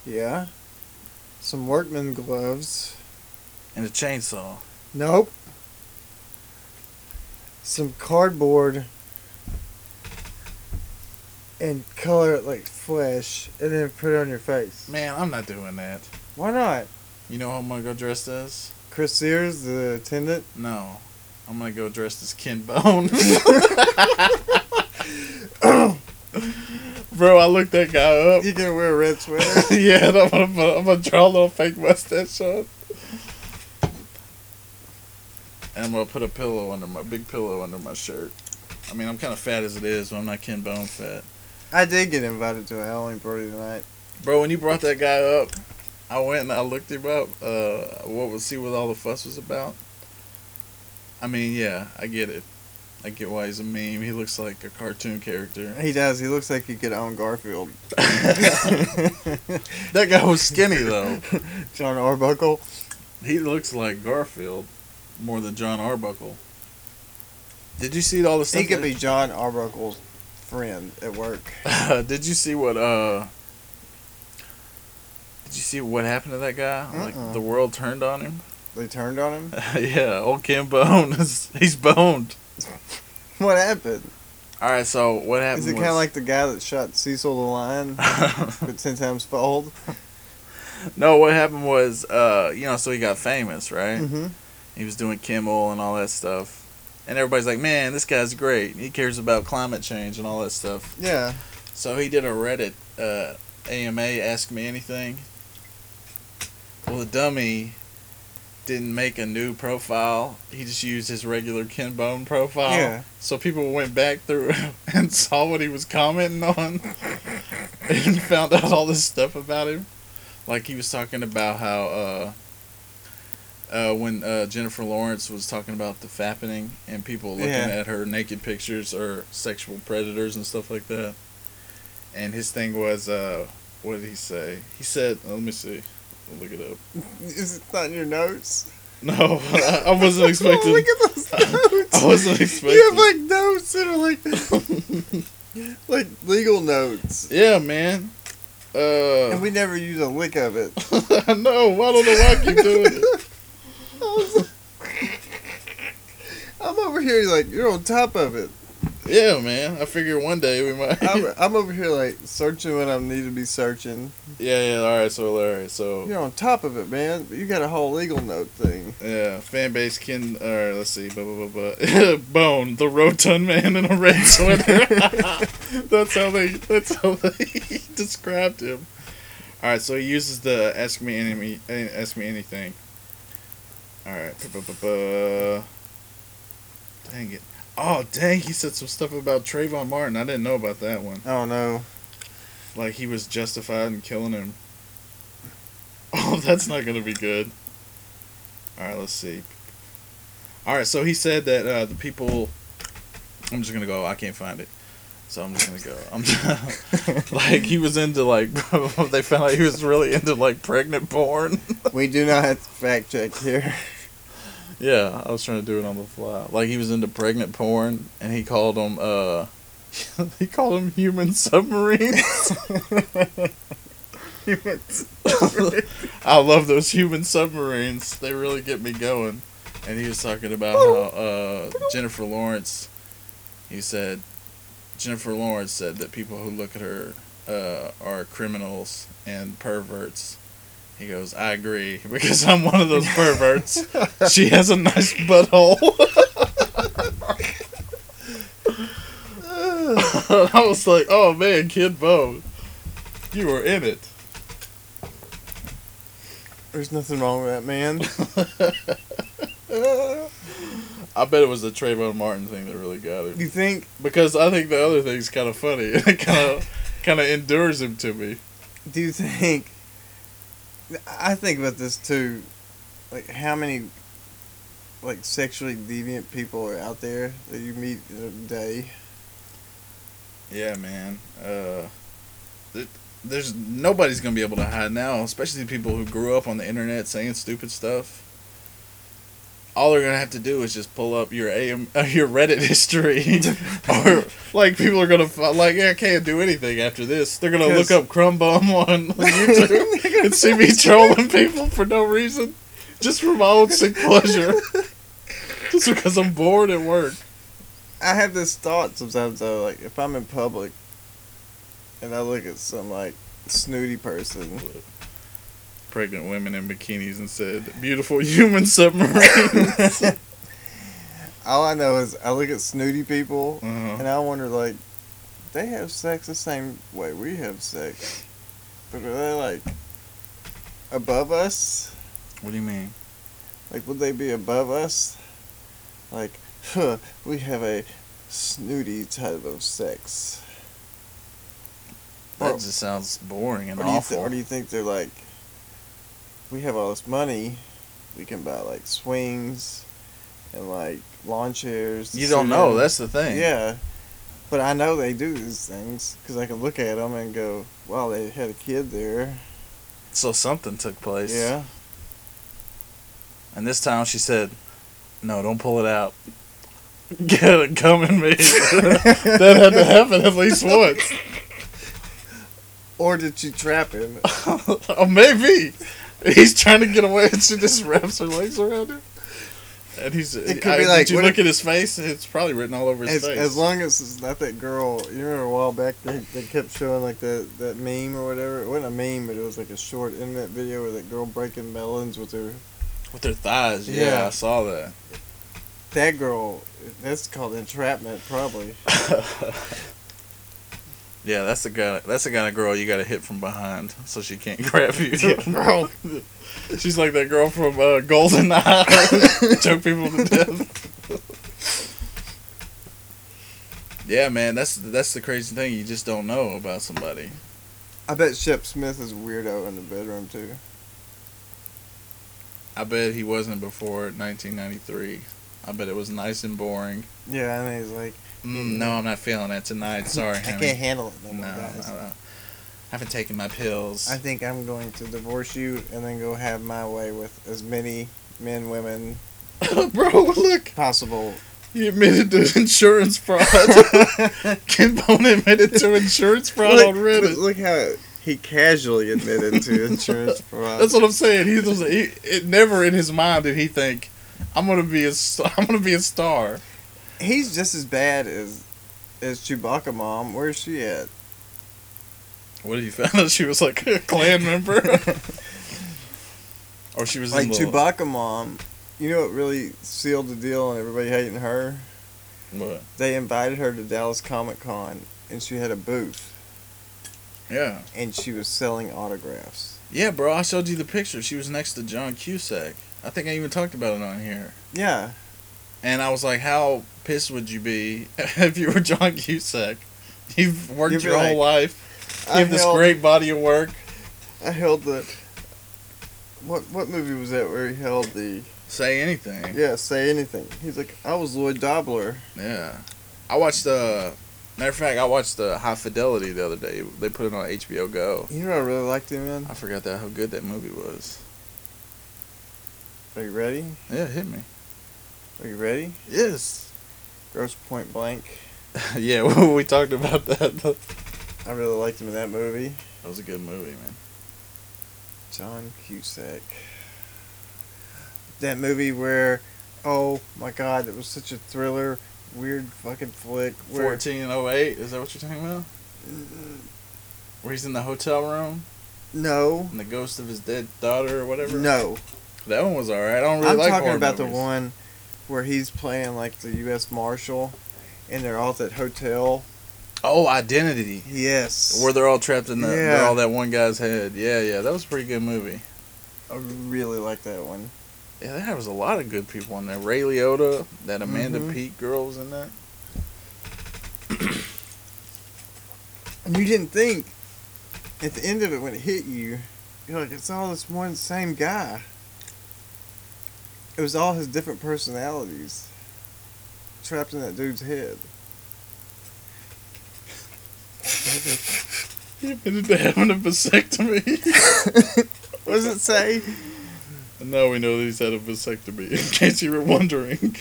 [SPEAKER 6] Yeah. Some workman gloves.
[SPEAKER 5] and a chainsaw.
[SPEAKER 6] Nope. Some cardboard. And color it like flesh, and then put it on your face.
[SPEAKER 5] Man, I'm not doing that.
[SPEAKER 6] Why not?
[SPEAKER 5] You know how I'm gonna go dressed as?
[SPEAKER 6] Chris Sears, the attendant.
[SPEAKER 5] No, I'm gonna go dressed as Ken Bone. Bro, I looked that guy up.
[SPEAKER 6] You gonna wear a red sweater?
[SPEAKER 5] yeah, and I'm gonna, put- I'm gonna draw a little fake mustache on. And I'm gonna put a pillow under my big pillow under my shirt. I mean, I'm kind of fat as it is, but I'm not Ken Bone fat.
[SPEAKER 6] I did get invited to a Halloween party tonight.
[SPEAKER 5] Bro, when you brought that guy up, I went and I looked him up. Uh, what was see what all the fuss was about? I mean, yeah, I get it. I get why he's a meme. He looks like a cartoon character.
[SPEAKER 6] He does. He looks like he could own Garfield.
[SPEAKER 5] That guy was skinny though.
[SPEAKER 6] John Arbuckle.
[SPEAKER 5] He looks like Garfield more than John Arbuckle. Did you see all the stuff?
[SPEAKER 6] He could be
[SPEAKER 5] that-
[SPEAKER 6] John Arbuckle's friend at work.
[SPEAKER 5] did you see what? uh Did you see what happened to that guy?
[SPEAKER 6] Uh-uh.
[SPEAKER 5] Like the world turned on him.
[SPEAKER 6] They turned on him.
[SPEAKER 5] yeah, old Ken Bone. is- he's boned.
[SPEAKER 6] What happened?
[SPEAKER 5] All right, so what happened?
[SPEAKER 6] Is it
[SPEAKER 5] was-
[SPEAKER 6] kind of like the guy that shot Cecil the lion, but ten times fold?
[SPEAKER 5] no, what happened was, uh, you know, so he got famous, right?
[SPEAKER 6] Mm-hmm.
[SPEAKER 5] He was doing Kimmel and all that stuff, and everybody's like, "Man, this guy's great. He cares about climate change and all that stuff."
[SPEAKER 6] Yeah.
[SPEAKER 5] So he did a Reddit uh, AMA Ask Me Anything. Well, the dummy didn't make a new profile. He just used his regular Ken Bone profile.
[SPEAKER 6] Yeah.
[SPEAKER 5] So people went back through and saw what he was commenting on and found out all this stuff about him. Like he was talking about how uh, uh, when uh, Jennifer Lawrence was talking about the fappening and people looking
[SPEAKER 6] Yeah.
[SPEAKER 5] at her naked pictures or sexual predators and stuff like that. And his thing was, uh, what did he say? He said, let me see. I'll look it up.
[SPEAKER 6] Is it not in your notes? Oh,
[SPEAKER 5] No, I, I wasn't expecting.
[SPEAKER 6] Look at those notes.
[SPEAKER 5] I wasn't
[SPEAKER 6] You have
[SPEAKER 5] expecting.
[SPEAKER 6] like notes that are like like legal notes,
[SPEAKER 5] Yeah, man. Uh,
[SPEAKER 6] and we never use a lick of it.
[SPEAKER 5] I know. I don't know why I keep doing it.
[SPEAKER 6] I'm over here like you're on top of it.
[SPEAKER 5] Yeah, man. I figure one day we might.
[SPEAKER 6] I'm, I'm over here like searching when I need to be searching.
[SPEAKER 5] yeah, yeah. All right. So, all right. So,
[SPEAKER 6] You're on top of it, man. You got a whole legal note thing.
[SPEAKER 5] Yeah, fan base kin. All right, let's see. Blah, blah, blah, blah. Bone, the rotund man in a red sweater. that's how they. That's how they described him. All right, so he uses the ask me any ask me anything. All right. buh, buh, buh, buh. Dang it. Oh dang, he said some stuff about Trayvon Martin. I didn't know about that one.
[SPEAKER 6] I don't know.
[SPEAKER 5] Like he was justified in killing him. Oh, that's not gonna be good. All right, let's see. All right, so he said that uh, the people. I'm just gonna go. I can't find it, so I'm just gonna go. I'm just, like he was into like they found out he was really into like pregnant porn.
[SPEAKER 6] We do not have to fact check here.
[SPEAKER 5] Yeah, I was trying to do it on the fly. Like he was into pregnant porn, and he called them. Uh, he called them human submarines. I love those human submarines. They really get me going. And he was talking about how uh, Jennifer Lawrence. He said, Jennifer Lawrence said that people who look at her uh, are criminals and perverts. He goes, I agree because I'm one of those perverts. she has a nice butthole. I was like, oh man, Kid Bone, you were in it.
[SPEAKER 6] There's nothing wrong with that, man.
[SPEAKER 5] I bet it was the Trayvon Martin thing that really got him
[SPEAKER 6] You think?
[SPEAKER 5] because I think the other thing's kind of funny. It kind of kind of endures him to me.
[SPEAKER 6] Do you think? I think about this too. Like how many, like sexually deviant people are out there that you meet in a day?
[SPEAKER 5] Yeah, man. Uh, th- there's nobody's gonna be able to hide now, especially people who grew up on the internet saying stupid stuff. All they're gonna have to do is just pull up your AM, uh, your Reddit history, or like people are gonna fi- like I can't do anything after this. They're gonna look
[SPEAKER 6] 'Cause-
[SPEAKER 5] up Crumbum on YouTube and see me trolling people for no reason, just for my own sick pleasure, just because I'm bored at work.
[SPEAKER 6] I have this thought sometimes though, like if I'm in public, and I look at some like snooty person,
[SPEAKER 5] pregnant women in bikinis and said, "Beautiful human Uh-huh. submarine."
[SPEAKER 6] all I know is I look at snooty people,
[SPEAKER 5] uh-huh.
[SPEAKER 6] and I wonder like, they have sex the same way we have sex, but are they like above us?
[SPEAKER 5] What do you mean?
[SPEAKER 6] Like, would they be above us? Like, huh, we have a snooty type of sex.
[SPEAKER 5] That
[SPEAKER 6] Or-
[SPEAKER 5] just sounds boring and
[SPEAKER 6] Or do, you th-
[SPEAKER 5] awful.
[SPEAKER 6] or do you think they're like, we have all this money, we can buy like swings and like lawn chairs. to
[SPEAKER 5] you
[SPEAKER 6] sit
[SPEAKER 5] don't know.
[SPEAKER 6] in."
[SPEAKER 5] That's the thing.
[SPEAKER 6] Yeah. But I know they do these things because I can look at them and go, wow, they had a kid there.
[SPEAKER 5] So something took place.
[SPEAKER 6] Yeah.
[SPEAKER 5] And this time she said, "No, don't pull it out. Get it coming, me." that had to happen at least once.
[SPEAKER 6] Or did she trap him?
[SPEAKER 5] oh, maybe he's trying to get away, and she just wraps her legs around him. And he's.
[SPEAKER 6] It could
[SPEAKER 5] I-
[SPEAKER 6] be like,
[SPEAKER 5] did you
[SPEAKER 6] what
[SPEAKER 5] look
[SPEAKER 6] if-
[SPEAKER 5] at his face? It's probably written all over his
[SPEAKER 6] as,
[SPEAKER 5] face.
[SPEAKER 6] as long as it's not that girl. You remember a while back they, they kept showing like that that meme or whatever. It wasn't a meme, but it was like a short internet video with that girl breaking melons with her.
[SPEAKER 5] With their thighs. yeah.
[SPEAKER 6] Yeah.
[SPEAKER 5] I saw that.
[SPEAKER 6] That girl, that's called entrapment, probably.
[SPEAKER 5] Yeah, that's the kind. Of, that's the kind of girl you got to hit from behind so she can't grab you. She's like that girl from uh, Golden Eye, choke people to death. yeah, man, that's that's the crazy thing. You just don't know about somebody.
[SPEAKER 6] I bet Shep Smith is a weirdo in the bedroom too.
[SPEAKER 5] I bet he wasn't before 1993. I bet it was nice and boring.
[SPEAKER 6] Yeah, and he's like,
[SPEAKER 5] Mm, no, I'm not feeling that tonight. Sorry,
[SPEAKER 6] I
[SPEAKER 5] honey.
[SPEAKER 6] can't handle it no
[SPEAKER 5] no,
[SPEAKER 6] more,
[SPEAKER 5] no,
[SPEAKER 6] guys.
[SPEAKER 5] no. I haven't taken my pills.
[SPEAKER 6] I think I'm going to divorce you and then go have my way with as many men, women
[SPEAKER 5] Bro, look.
[SPEAKER 6] possible.
[SPEAKER 5] He admitted to insurance fraud. Ken Bone admitted to insurance fraud
[SPEAKER 6] look,
[SPEAKER 5] on Reddit.
[SPEAKER 6] look how he casually admitted to insurance fraud.
[SPEAKER 5] That's what I'm saying. He was he, it never in his mind did he think I'm gonna be a st- I'm gonna be a star.
[SPEAKER 6] He's just as bad as as Chewbacca mom. Where's she at?
[SPEAKER 5] What if you found out she was like a clan member? or she was
[SPEAKER 6] Like
[SPEAKER 5] in the,
[SPEAKER 6] Chewbacca mom. You know what really sealed the deal on everybody hating her?
[SPEAKER 5] What?
[SPEAKER 6] They invited her to Dallas Comic Con and she had a booth
[SPEAKER 5] Yeah,
[SPEAKER 6] and she was selling autographs.
[SPEAKER 5] yeah, bro. I showed you the picture. She was next to John Cusack. I think I even talked about it on here.
[SPEAKER 6] Yeah.
[SPEAKER 5] And I was like, how pissed would you be if you were John Cusack? You've worked
[SPEAKER 6] You'd be
[SPEAKER 5] your whole life. You
[SPEAKER 6] I
[SPEAKER 5] have this
[SPEAKER 6] held-
[SPEAKER 5] great body of work.
[SPEAKER 6] I held the. What what movie was that where he held the?
[SPEAKER 5] Say anything.
[SPEAKER 6] Yeah, say anything. He's like, I was Lloyd Dobler.
[SPEAKER 5] Yeah. I watched uh matter of fact I watched uh, High Fidelity the other day. They put it on HBO Go.
[SPEAKER 6] You know, what I really liked him in.
[SPEAKER 5] I forgot that how good that movie was.
[SPEAKER 6] Are you ready?
[SPEAKER 5] Yeah, it hit me.
[SPEAKER 6] Are you ready?
[SPEAKER 5] Yes.
[SPEAKER 6] Gross Point Blank.
[SPEAKER 5] yeah, well, we talked about that. That
[SPEAKER 6] I really liked him in that movie.
[SPEAKER 5] was a good movie, man.
[SPEAKER 6] John Cusack. That movie where, oh my God, it was such a thriller, weird fucking flick. Where,
[SPEAKER 5] Fourteen oh eight, is that what you're talking about? Where he's in the hotel room
[SPEAKER 6] no,
[SPEAKER 5] and the ghost of his dead daughter or whatever.
[SPEAKER 6] no.
[SPEAKER 5] that one was all right. I don't really
[SPEAKER 6] I'm
[SPEAKER 5] like
[SPEAKER 6] talking
[SPEAKER 5] horror
[SPEAKER 6] about
[SPEAKER 5] movies.
[SPEAKER 6] the one where he's playing like the U.S. Marshal, and they're all at that hotel.
[SPEAKER 5] Oh, Identity,
[SPEAKER 6] Yes,
[SPEAKER 5] where they're all trapped in the they're
[SPEAKER 6] Yeah.
[SPEAKER 5] all that one guy's head. Yeah, yeah, that was a pretty good movie.
[SPEAKER 6] I really like that one.
[SPEAKER 5] Yeah, there was a lot of good people in there. Ray Liotta, that Amanda
[SPEAKER 6] Mhm.
[SPEAKER 5] Peet girl was in that.
[SPEAKER 6] And you didn't think at the end of it when it hit you, you're like, it's all this one same guy. It was all his different personalities trapped in that dude's head.
[SPEAKER 5] He admitted to having a vasectomy.
[SPEAKER 6] What does it say?
[SPEAKER 5] and now we know that he's had a vasectomy, in case you were wondering.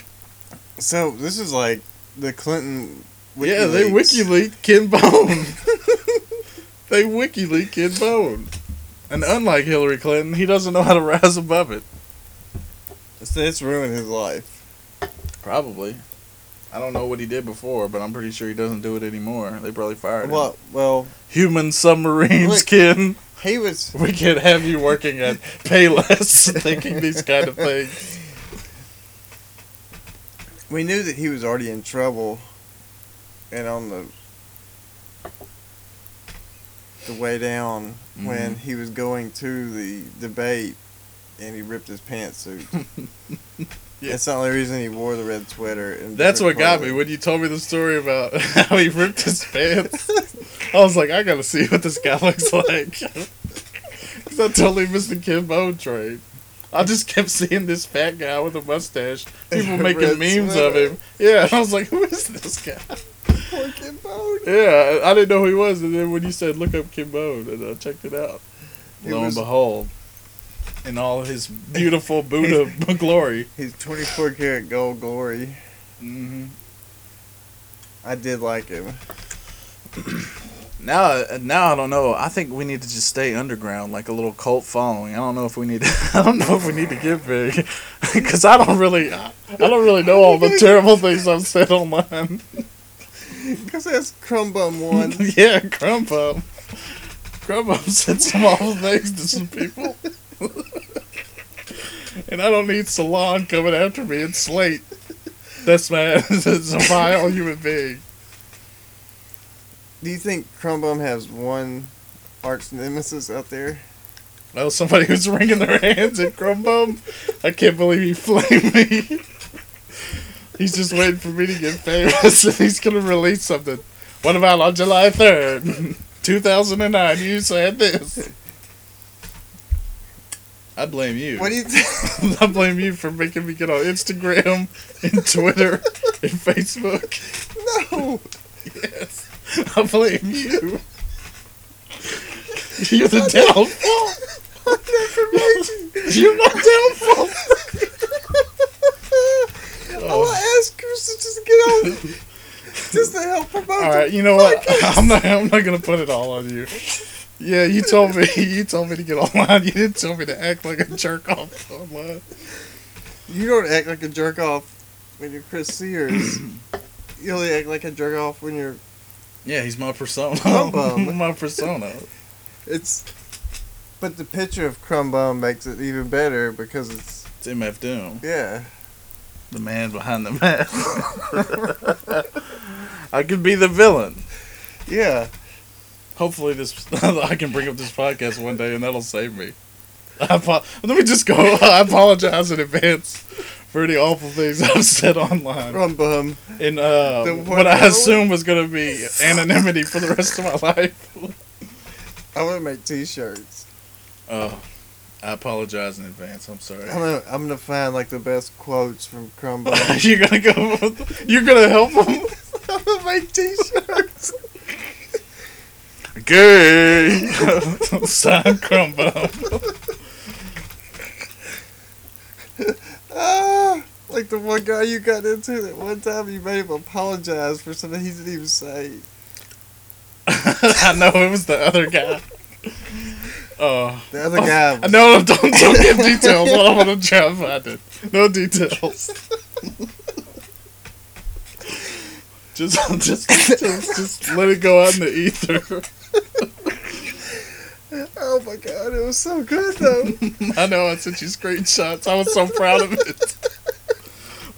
[SPEAKER 6] So this is like the Clinton.
[SPEAKER 5] Yeah, they
[SPEAKER 6] WikiLeaks.
[SPEAKER 5] WikiLeak Ken Bone. they WikiLeak Ken Bone. And unlike Hillary Clinton, he doesn't know how to rise above it.
[SPEAKER 6] So it's ruined his life.
[SPEAKER 5] Probably. I don't know what he did before, but I'm pretty sure he doesn't do it anymore. They probably fired him.
[SPEAKER 6] Well, well,
[SPEAKER 5] Human submarines,
[SPEAKER 6] Look.
[SPEAKER 5] Ken.
[SPEAKER 6] he was
[SPEAKER 5] We can't have you working at Payless thinking these kind of things.
[SPEAKER 6] we knew that he was already in trouble and on the the way down
[SPEAKER 5] Mm-hmm.
[SPEAKER 6] when he was going to the debate and he ripped his pantsuit.
[SPEAKER 5] Yeah.
[SPEAKER 6] That's the only reason he wore the red sweater. And
[SPEAKER 5] That's what
[SPEAKER 6] different
[SPEAKER 5] got me
[SPEAKER 6] clothing.
[SPEAKER 5] when you told me the story about how he ripped his pants. I was like, I gotta see what this guy looks like. Because I totally missed the Kim Bone trade. I just kept seeing this fat guy with a mustache. People making
[SPEAKER 6] Red
[SPEAKER 5] memes of
[SPEAKER 6] sweater.
[SPEAKER 5] him. Yeah, and I was like, who is this guy?
[SPEAKER 6] Poor Ken Bone.
[SPEAKER 5] Yeah, I I didn't know who he was. And then when you said, look up Kim Bone, and I checked it out.
[SPEAKER 6] It
[SPEAKER 5] Lo
[SPEAKER 6] was-
[SPEAKER 5] and behold, in all his beautiful Buddha glory.
[SPEAKER 6] He's 24 karat gold glory.
[SPEAKER 5] Mm-hmm.
[SPEAKER 6] I did like him.
[SPEAKER 5] Now, now I don't know. I think we need to just stay underground, like a little cult following. I don't know if we need. I don't know if we need to get big, because I don't really, I don't really know all the terrible things I've said online.
[SPEAKER 6] Because that's Crumb Bum 1.
[SPEAKER 5] yeah, Crumbo, Crumbo said some awful things to some people, and I don't need Salon coming after me and Slate. That's my. That's a vile human being.
[SPEAKER 6] Do you think Crumb Bum has one arch nemesis out there?
[SPEAKER 5] Well, somebody was wringing their hands at Crumbum. I can't believe he flamed me. He's just waiting for me to get famous, and he's gonna release something. What about on July third, two thousand and nine? You said this. I blame you.
[SPEAKER 6] What do you think?
[SPEAKER 5] I blame you for making me get on Instagram and Twitter and Facebook.
[SPEAKER 6] no.
[SPEAKER 5] Yes. I blame you. You're the downfall. You're not downfall.
[SPEAKER 6] I'll ask Chris to just get on. just to help promote
[SPEAKER 5] All
[SPEAKER 6] the
[SPEAKER 5] right, you know what?
[SPEAKER 6] podcast.
[SPEAKER 5] I'm not. I'm not gonna put it all on you. Yeah, you told me. You told me to get online. You didn't tell me to act like a jerk off online.
[SPEAKER 6] You don't act like a jerk off when you're Chris Sears. you only act like a jerk off when you're.
[SPEAKER 5] Yeah, he's my persona.
[SPEAKER 6] Humbug.
[SPEAKER 5] my persona.
[SPEAKER 6] It's. But the picture of Crumbum makes it even better because it's.
[SPEAKER 5] It's MF Doom.
[SPEAKER 6] Yeah.
[SPEAKER 5] the man behind the mask. I could be the villain.
[SPEAKER 6] Yeah.
[SPEAKER 5] Hopefully, this I can bring up this podcast one day, and that'll save me. I apo- Let me just go. I apologize in advance for any awful things I've said online,
[SPEAKER 6] Crumbum.
[SPEAKER 5] and uh,
[SPEAKER 6] The
[SPEAKER 5] what I
[SPEAKER 6] one-
[SPEAKER 5] assume was going to be anonymity for the rest of my life.
[SPEAKER 6] I want to make t shirts.
[SPEAKER 5] Oh, I apologize in advance. I'm sorry.
[SPEAKER 6] I'm gonna, I'm gonna find like the best quotes from Crumbum.
[SPEAKER 5] you're gonna go. with- You're gonna help him.
[SPEAKER 6] I'm gonna make t shirts.
[SPEAKER 5] Gay. Sign Crumbo.
[SPEAKER 6] Ah, like the one guy you got into that one time you made him apologize for something he didn't even say.
[SPEAKER 5] I know it was the other guy. Oh,
[SPEAKER 6] The other guy.
[SPEAKER 5] I know. Don't don't give details. but I'm gonna try and find it. No details. just, just, just, just let it go out in the ether.
[SPEAKER 6] Oh my god, it was so good though.
[SPEAKER 5] I know. I sent you screenshots. I was so proud of it.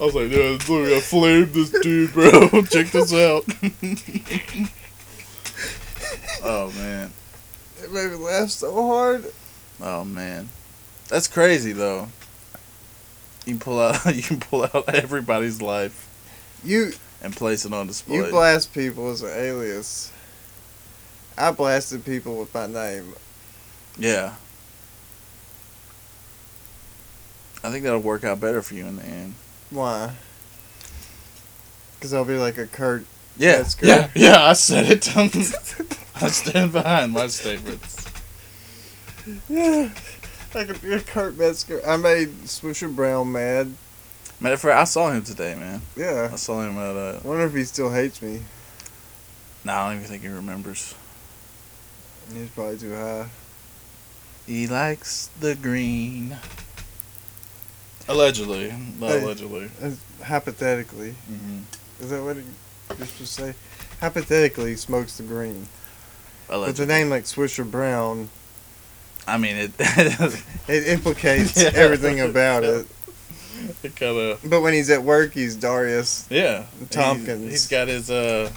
[SPEAKER 5] I was like, yeah, look, I flamed this dude, bro. Check this out. oh man.
[SPEAKER 6] It made me laugh so hard.
[SPEAKER 5] Oh man, that's crazy though. You can pull out you can pull out everybody's life
[SPEAKER 6] You
[SPEAKER 5] and place it on display.
[SPEAKER 6] you blast people as an alias. I blasted people with my name.
[SPEAKER 5] yeah. I think that'll work out better for you in the end.
[SPEAKER 6] Why? Because I'll be like a Kurt.
[SPEAKER 5] Yeah,
[SPEAKER 6] That's good.
[SPEAKER 5] yeah, yeah. I said it. I stand behind my statements.
[SPEAKER 6] Yeah. I could be a Kurt Metzger. I made Swisher Brown mad.
[SPEAKER 5] Matter of fact, I saw him today, man. I
[SPEAKER 6] Yeah.
[SPEAKER 5] saw him at uh.
[SPEAKER 6] I wonder if he still hates me.
[SPEAKER 5] Nah, I don't even think he remembers.
[SPEAKER 6] He's probably too high.
[SPEAKER 5] He likes the green. Allegedly, not
[SPEAKER 6] Hey.
[SPEAKER 5] allegedly.
[SPEAKER 6] Hypothetically.
[SPEAKER 5] hmm
[SPEAKER 6] Is that what it, you're supposed to say? Hypothetically, he smokes the green. With a
[SPEAKER 5] Allegedly.
[SPEAKER 6] name like Swisher Brown,
[SPEAKER 5] I mean, it
[SPEAKER 6] It implicates
[SPEAKER 5] Yeah.
[SPEAKER 6] everything about it.
[SPEAKER 5] it kind of
[SPEAKER 6] But when he's at work, he's Darius.
[SPEAKER 5] yeah.
[SPEAKER 6] Tompkins.
[SPEAKER 5] He's- he's got his uh,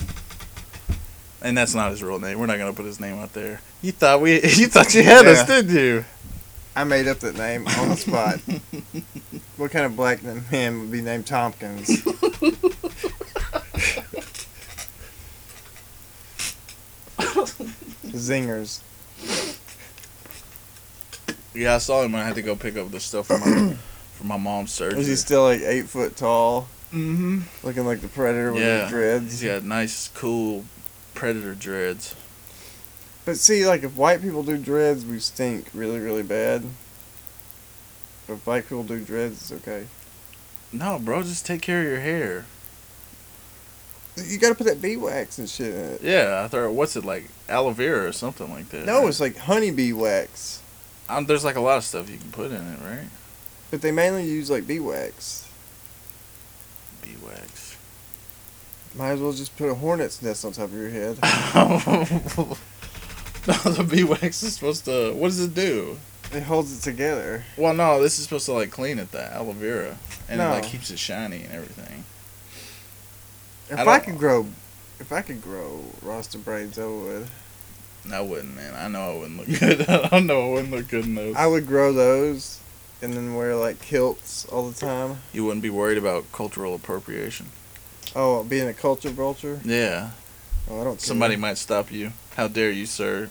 [SPEAKER 5] and that's not his real name. We're not gonna put his name out there. You thought we you thought you had
[SPEAKER 6] Yeah.
[SPEAKER 5] us, didn't you?
[SPEAKER 6] I made up that name on the spot. what kind of black man would be named Tompkins? Zingers.
[SPEAKER 5] Yeah, I saw him. I had to go pick up the stuff from my from my mom's surgery.
[SPEAKER 6] Is he still like eight foot tall,
[SPEAKER 5] mm-hmm.
[SPEAKER 6] looking like the predator with
[SPEAKER 5] Yeah,
[SPEAKER 6] his dreads?
[SPEAKER 5] he's got nice, cool predator dreads.
[SPEAKER 6] But see, like if white people do dreads, we stink really, really bad. But if black people do dreads, it's okay.
[SPEAKER 5] No, bro, just take care of your hair.
[SPEAKER 6] You gotta put that bee wax and shit in it.
[SPEAKER 5] Yeah, I thought what's it like aloe vera or something like that.
[SPEAKER 6] No,
[SPEAKER 5] right?
[SPEAKER 6] it's like honeybee wax,
[SPEAKER 5] um, there's like a lot of stuff you can put in it, right?
[SPEAKER 6] but they mainly use like bee wax.
[SPEAKER 5] Bee wax.
[SPEAKER 6] Might as well just put a hornet's nest on top of your head.
[SPEAKER 5] no, the bee wax is supposed to. What does it do?
[SPEAKER 6] It holds it together.
[SPEAKER 5] Well, no, this is supposed to like clean it, the aloe vera, and it
[SPEAKER 6] No.
[SPEAKER 5] like keeps it shiny and everything.
[SPEAKER 6] If
[SPEAKER 5] I
[SPEAKER 6] I,
[SPEAKER 5] don't-
[SPEAKER 6] could grow, if I could grow roster braids, I would.
[SPEAKER 5] And I wouldn't, man. I know I wouldn't look good. I know I wouldn't look good in those.
[SPEAKER 6] I would grow those, and then wear like kilts all the time.
[SPEAKER 5] you wouldn't be worried about cultural appropriation.
[SPEAKER 6] Oh, being a culture vulture.
[SPEAKER 5] Yeah,
[SPEAKER 6] Oh, I don't. care.
[SPEAKER 5] somebody might stop you. How dare you, sir?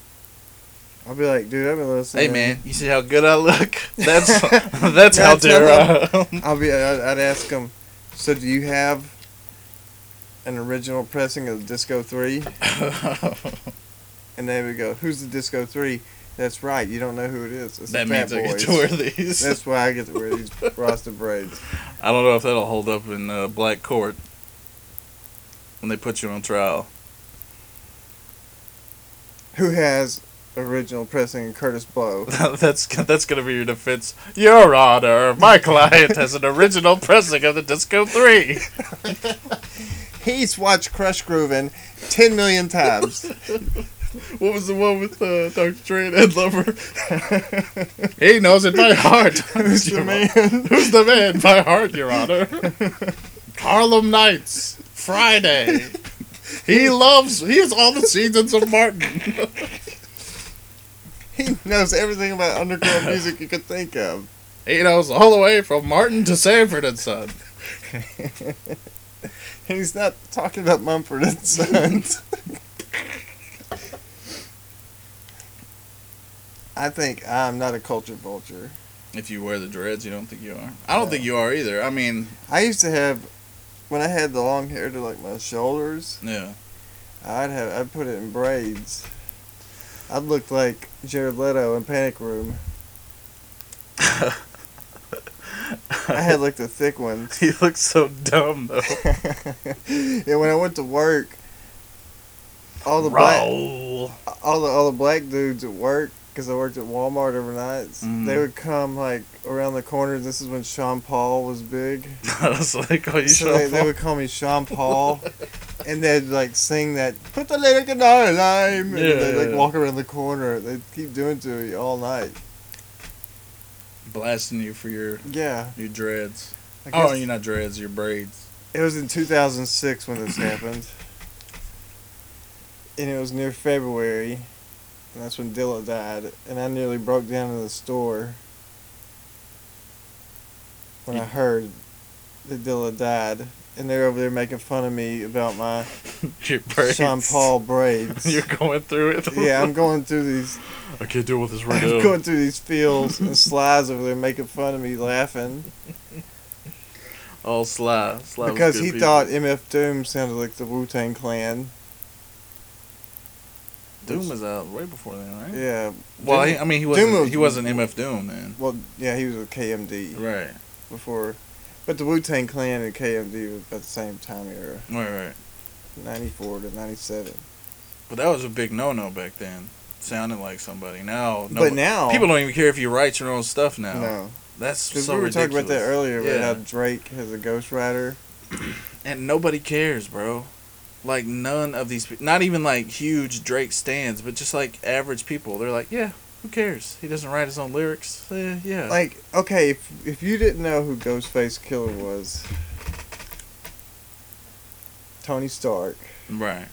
[SPEAKER 6] I'll be like, dude, I've been listening.
[SPEAKER 5] Hey man, you see how good I look? That's that's how
[SPEAKER 6] That's
[SPEAKER 5] dare I
[SPEAKER 6] how-
[SPEAKER 5] am.
[SPEAKER 6] I'll be. I'd, I'd ask him. So, do you have an original pressing of Disco Three? And they would go, "Who's the Disco Three? That's right. You don't know who it is. It's
[SPEAKER 5] that
[SPEAKER 6] the Fat
[SPEAKER 5] means I get
[SPEAKER 6] Boys.
[SPEAKER 5] to wear these.
[SPEAKER 6] That's why I get to wear these Rasta braids.
[SPEAKER 5] I don't know if that'll hold up in uh, black court when they put you on trial.
[SPEAKER 6] Who has original pressing of Curtis Blow?
[SPEAKER 5] that's that's gonna be your defense, Your Honor. My client has an original pressing of the Disco Three.
[SPEAKER 6] He's watched Crush Groovin' ten million times.
[SPEAKER 5] What was the one with uh, Dr. Dre and Ed Lover? he knows it by heart. Who's
[SPEAKER 6] the man?
[SPEAKER 5] Who's the man by heart, Your Honor? Harlem Nights, Friday. He loves. He has all the seasons of Martin.
[SPEAKER 6] He knows everything about underground music you could think of.
[SPEAKER 5] He knows all the way from Martin to Sanford and Son.
[SPEAKER 6] And he's not talking about Mumford and Sons. I think I'm not a culture vulture.
[SPEAKER 5] If you wear the dreads, you don't think you are. I don't think you are either. I mean,
[SPEAKER 6] I used to have when I had the long hair to like my shoulders,
[SPEAKER 5] yeah.
[SPEAKER 6] I'd have I'd put it in braids. I'd look like Jared Leto in Panic Room. I had like the thick ones.
[SPEAKER 5] He looks so dumb though.
[SPEAKER 6] yeah, when I went to work, all the
[SPEAKER 5] Roll.
[SPEAKER 6] black, all the all the black dudes at work, because I worked at Walmart overnight,
[SPEAKER 5] Mm.
[SPEAKER 6] they would come like around the corner. This is when Sean Paul was big,
[SPEAKER 5] I was like, oh, you
[SPEAKER 6] so they,
[SPEAKER 5] should.
[SPEAKER 6] they would call me Sean Paul, and they'd like sing that "Put the lyric in our lime," and
[SPEAKER 5] Yeah,
[SPEAKER 6] they'd like
[SPEAKER 5] yeah.
[SPEAKER 6] walk around the corner. They'd keep doing to you all night.
[SPEAKER 5] blasting you for your
[SPEAKER 6] Yeah,
[SPEAKER 5] your dreads.
[SPEAKER 6] I guess
[SPEAKER 5] Oh, you're not dreads. Your braids.
[SPEAKER 6] It was in 2006 when this happened. And it was near February. And that's when Dilla died. And I nearly broke down in the store when I heard that Dilla died. And they're over there making fun of me about my
[SPEAKER 5] Your braids.
[SPEAKER 6] Sean Paul braids.
[SPEAKER 5] You're going through it.
[SPEAKER 6] yeah, I'm going through these
[SPEAKER 5] I can't deal with this right
[SPEAKER 6] I'm
[SPEAKER 5] now.
[SPEAKER 6] going through these fields and slides over there making fun of me laughing.
[SPEAKER 5] All Oh, sly. sly was
[SPEAKER 6] because
[SPEAKER 5] good
[SPEAKER 6] he
[SPEAKER 5] people.
[SPEAKER 6] thought MF Doom sounded like the Wu Tang clan.
[SPEAKER 5] Doom was out way before then, right?
[SPEAKER 6] Yeah.
[SPEAKER 5] Well,
[SPEAKER 6] Doom-
[SPEAKER 5] he, I mean, he wasn't.
[SPEAKER 6] Doom was-
[SPEAKER 5] he wasn't MF Doom then.
[SPEAKER 6] Well, yeah, he was with KMD
[SPEAKER 5] Right.
[SPEAKER 6] before, but the Wu Tang Clan and KMD was about the same time era,
[SPEAKER 5] Right. Right.
[SPEAKER 6] '94 to '97.
[SPEAKER 5] But that was a big no-no back then. Sounding like somebody. Now, no,
[SPEAKER 6] But now-
[SPEAKER 5] people don't even care if you write your own stuff now.
[SPEAKER 6] No,
[SPEAKER 5] That's
[SPEAKER 6] because
[SPEAKER 5] Oh. so
[SPEAKER 6] we were
[SPEAKER 5] ridiculous.
[SPEAKER 6] talking about that earlier about
[SPEAKER 5] Yeah.
[SPEAKER 6] how Drake has a ghostwriter.
[SPEAKER 5] and nobody cares, bro. Like none of these, pe- not even like huge Drake stands, but just like average people. They're like, yeah, who cares? He doesn't write his own lyrics. Eh, yeah,
[SPEAKER 6] Like, okay, if if you didn't know who Ghostface Killer was, Tony Stark,
[SPEAKER 5] right.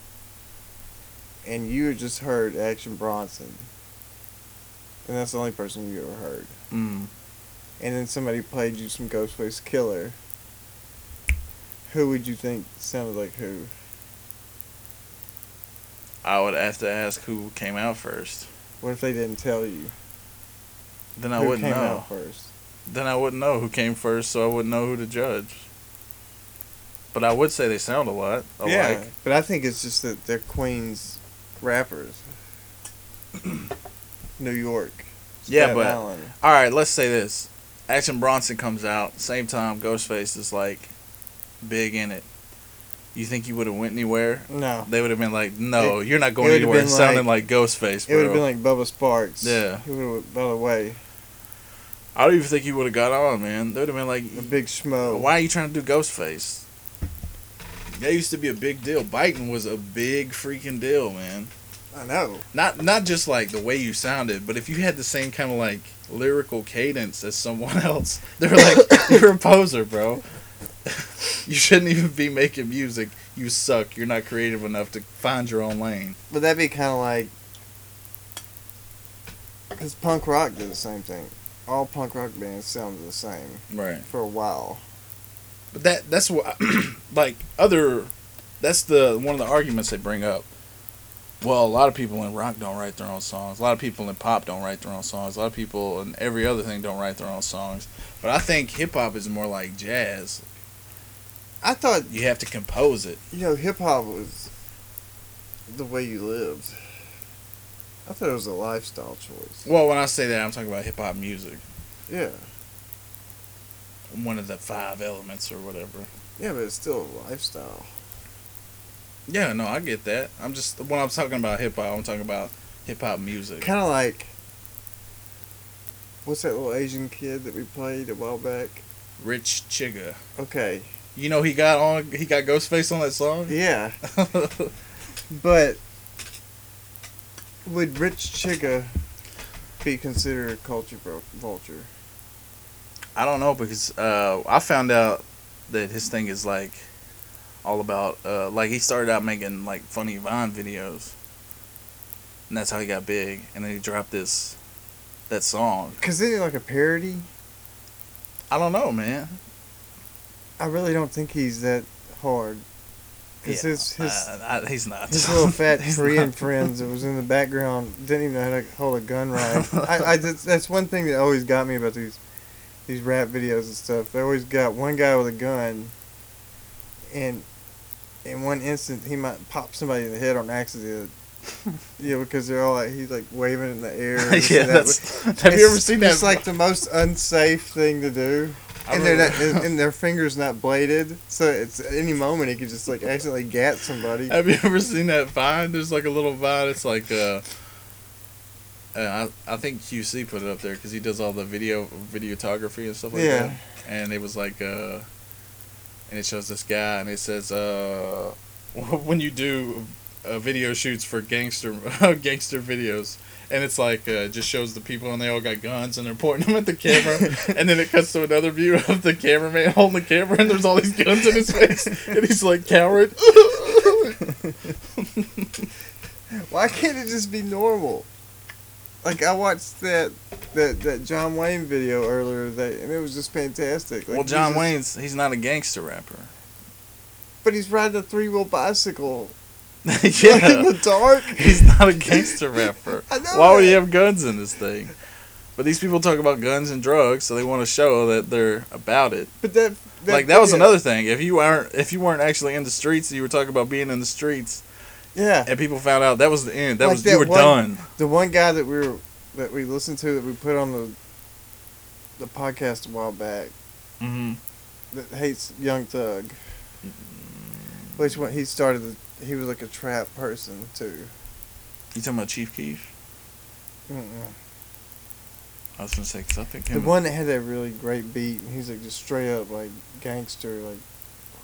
[SPEAKER 6] and you had just heard Action Bronson, and that's the only person you ever heard,
[SPEAKER 5] Mm.
[SPEAKER 6] and then somebody played you some Ghostface Killer. Who would you think sounded like who?
[SPEAKER 5] I would have to ask who came out first.
[SPEAKER 6] What if they didn't tell you?
[SPEAKER 5] Then I
[SPEAKER 6] who
[SPEAKER 5] wouldn't
[SPEAKER 6] came
[SPEAKER 5] know.
[SPEAKER 6] out first?
[SPEAKER 5] Then I wouldn't know who came first, so I wouldn't know who to judge. But I would say they sound a lot alike.
[SPEAKER 6] Yeah, but I think it's just that they're Queens rappers. New York.
[SPEAKER 5] Yeah,
[SPEAKER 6] Staten
[SPEAKER 5] but-
[SPEAKER 6] Island.
[SPEAKER 5] All right, let's say this. Action Bronson comes out, same time Ghostface is like big in it. You think you would have went anywhere?
[SPEAKER 6] no,
[SPEAKER 5] They would have been like, "No, you're not going
[SPEAKER 6] it would've
[SPEAKER 5] anywhere."
[SPEAKER 6] been
[SPEAKER 5] sounding like Ghostface,
[SPEAKER 6] it would have
[SPEAKER 5] bro.
[SPEAKER 6] been like Bubba Sparks.
[SPEAKER 5] Yeah.
[SPEAKER 6] he would have. By the way,
[SPEAKER 5] I don't even think you would have got on, man. They would have been
[SPEAKER 6] a
[SPEAKER 5] like,
[SPEAKER 6] big schmo.
[SPEAKER 5] "Why are you trying to do Ghostface?" That used to be a big deal. Biting was a big freaking deal, man.
[SPEAKER 6] I know.
[SPEAKER 5] Not not just like the way you sounded, but if you had the same kind of like lyrical cadence as someone else, they were like, "You're a poser, bro. you shouldn't even be making music. You suck. You're not creative enough to find your own lane."
[SPEAKER 6] But that'd be kind of like. Because punk rock did the same thing. All punk rock bands sounded the same
[SPEAKER 5] Right.
[SPEAKER 6] for a while.
[SPEAKER 5] But that that's what like other that's the one of the arguments they bring up Well, a lot of people in rock don't write their own songs. A lot of people in pop don't write their own songs. A lot of people in every other thing don't write their own songs. But I think hip hop is more like jazz.
[SPEAKER 6] I thought
[SPEAKER 5] You have to compose it.
[SPEAKER 6] you know hip hop was the way you lived. I thought it was a lifestyle choice.
[SPEAKER 5] Well, when I say that, I'm talking about hip hop music.
[SPEAKER 6] Yeah,
[SPEAKER 5] One of the five elements or whatever.
[SPEAKER 6] yeah, but it's still a lifestyle.
[SPEAKER 5] Yeah, no, I get that. I'm just when I'm talking about hip hop, I'm talking about hip hop music.
[SPEAKER 6] Kind of like what's that little Asian kid that we played a while back?
[SPEAKER 5] Rich Chigga.
[SPEAKER 6] Okay,
[SPEAKER 5] You know he got on he got Ghostface on that song?
[SPEAKER 6] yeah, but would Rich Chigga be considered a culture bro- vulture?
[SPEAKER 5] I don't know because uh, I found out that his thing is like all about uh, like he started out making like funny Vine videos, and that's how he got big. And then he dropped this that song.
[SPEAKER 6] Cause isn't it like a parody?
[SPEAKER 5] I don't know, man.
[SPEAKER 6] I really don't think he's that hard. Cause his his
[SPEAKER 5] uh, I, he's not.
[SPEAKER 6] His little fat
[SPEAKER 5] He's
[SPEAKER 6] Korean
[SPEAKER 5] not.
[SPEAKER 6] friends that was in the background didn't even know how to hold a gun right. I, I just, that's one thing that always got me about these these rap videos and stuff. They always got one guy with a gun, and in one instant he might pop somebody in the head on accident. yeah, because they're all like he's like waving in the air. and this
[SPEAKER 5] yeah,
[SPEAKER 6] and that.
[SPEAKER 5] that's, have you
[SPEAKER 6] It's-
[SPEAKER 5] ever seen that?
[SPEAKER 6] It's like the most unsafe thing to do.
[SPEAKER 5] I
[SPEAKER 6] And, they're not,
[SPEAKER 5] remember-
[SPEAKER 6] and and their fingers not bladed, so it's at any moment he could just like accidentally gat somebody.
[SPEAKER 5] Have you ever seen that vine? There's like a little vine. It's like uh, uh I, I think QC put it up there because he does all the video videography and stuff like
[SPEAKER 6] Yeah.
[SPEAKER 5] that. And it was like uh, and it shows this guy and it says uh, when you do uh, video shoots for gangster gangster videos. And it's like uh, just shows the people, and they all got guns, and they're pointing them at the camera. and then it cuts to another view of the cameraman holding the camera, and there's all these guns in his face, and he's like cowering.
[SPEAKER 6] Why can't it just be normal? Like I watched that that, that John Wayne video earlier today, and it was just fantastic. Like,
[SPEAKER 5] Well, John
[SPEAKER 6] he's just-
[SPEAKER 5] Wayne's he's not a gangster rapper.
[SPEAKER 6] but he's riding a three wheel bicycle in
[SPEAKER 5] yeah,
[SPEAKER 6] the dark.
[SPEAKER 5] he's not a gangster rapper.
[SPEAKER 6] I know
[SPEAKER 5] Why would he
[SPEAKER 6] that.
[SPEAKER 5] have guns in this thing? But these people talk about guns and drugs, so they want to show that they're about it.
[SPEAKER 6] But that,
[SPEAKER 5] like that was
[SPEAKER 6] video-
[SPEAKER 5] another thing. If you weren't if you weren't actually in the streets, you were talking about being in the streets,
[SPEAKER 6] Yeah,
[SPEAKER 5] and people found out that was the end. That
[SPEAKER 6] Like
[SPEAKER 5] was
[SPEAKER 6] that
[SPEAKER 5] you were
[SPEAKER 6] one-
[SPEAKER 5] done.
[SPEAKER 6] the one guy that we were that we listened to that we put on the the podcast a while back
[SPEAKER 5] hmm
[SPEAKER 6] that hates Young Thug.
[SPEAKER 5] Mm-hmm.
[SPEAKER 6] Which when he started, the, he was like a trap person too.
[SPEAKER 5] You talking about Chief Keef?
[SPEAKER 6] Mm-mm.
[SPEAKER 5] I was gonna say because I think
[SPEAKER 6] The
[SPEAKER 5] him.
[SPEAKER 6] one that had that really great beat, and he's like just straight up like gangster, like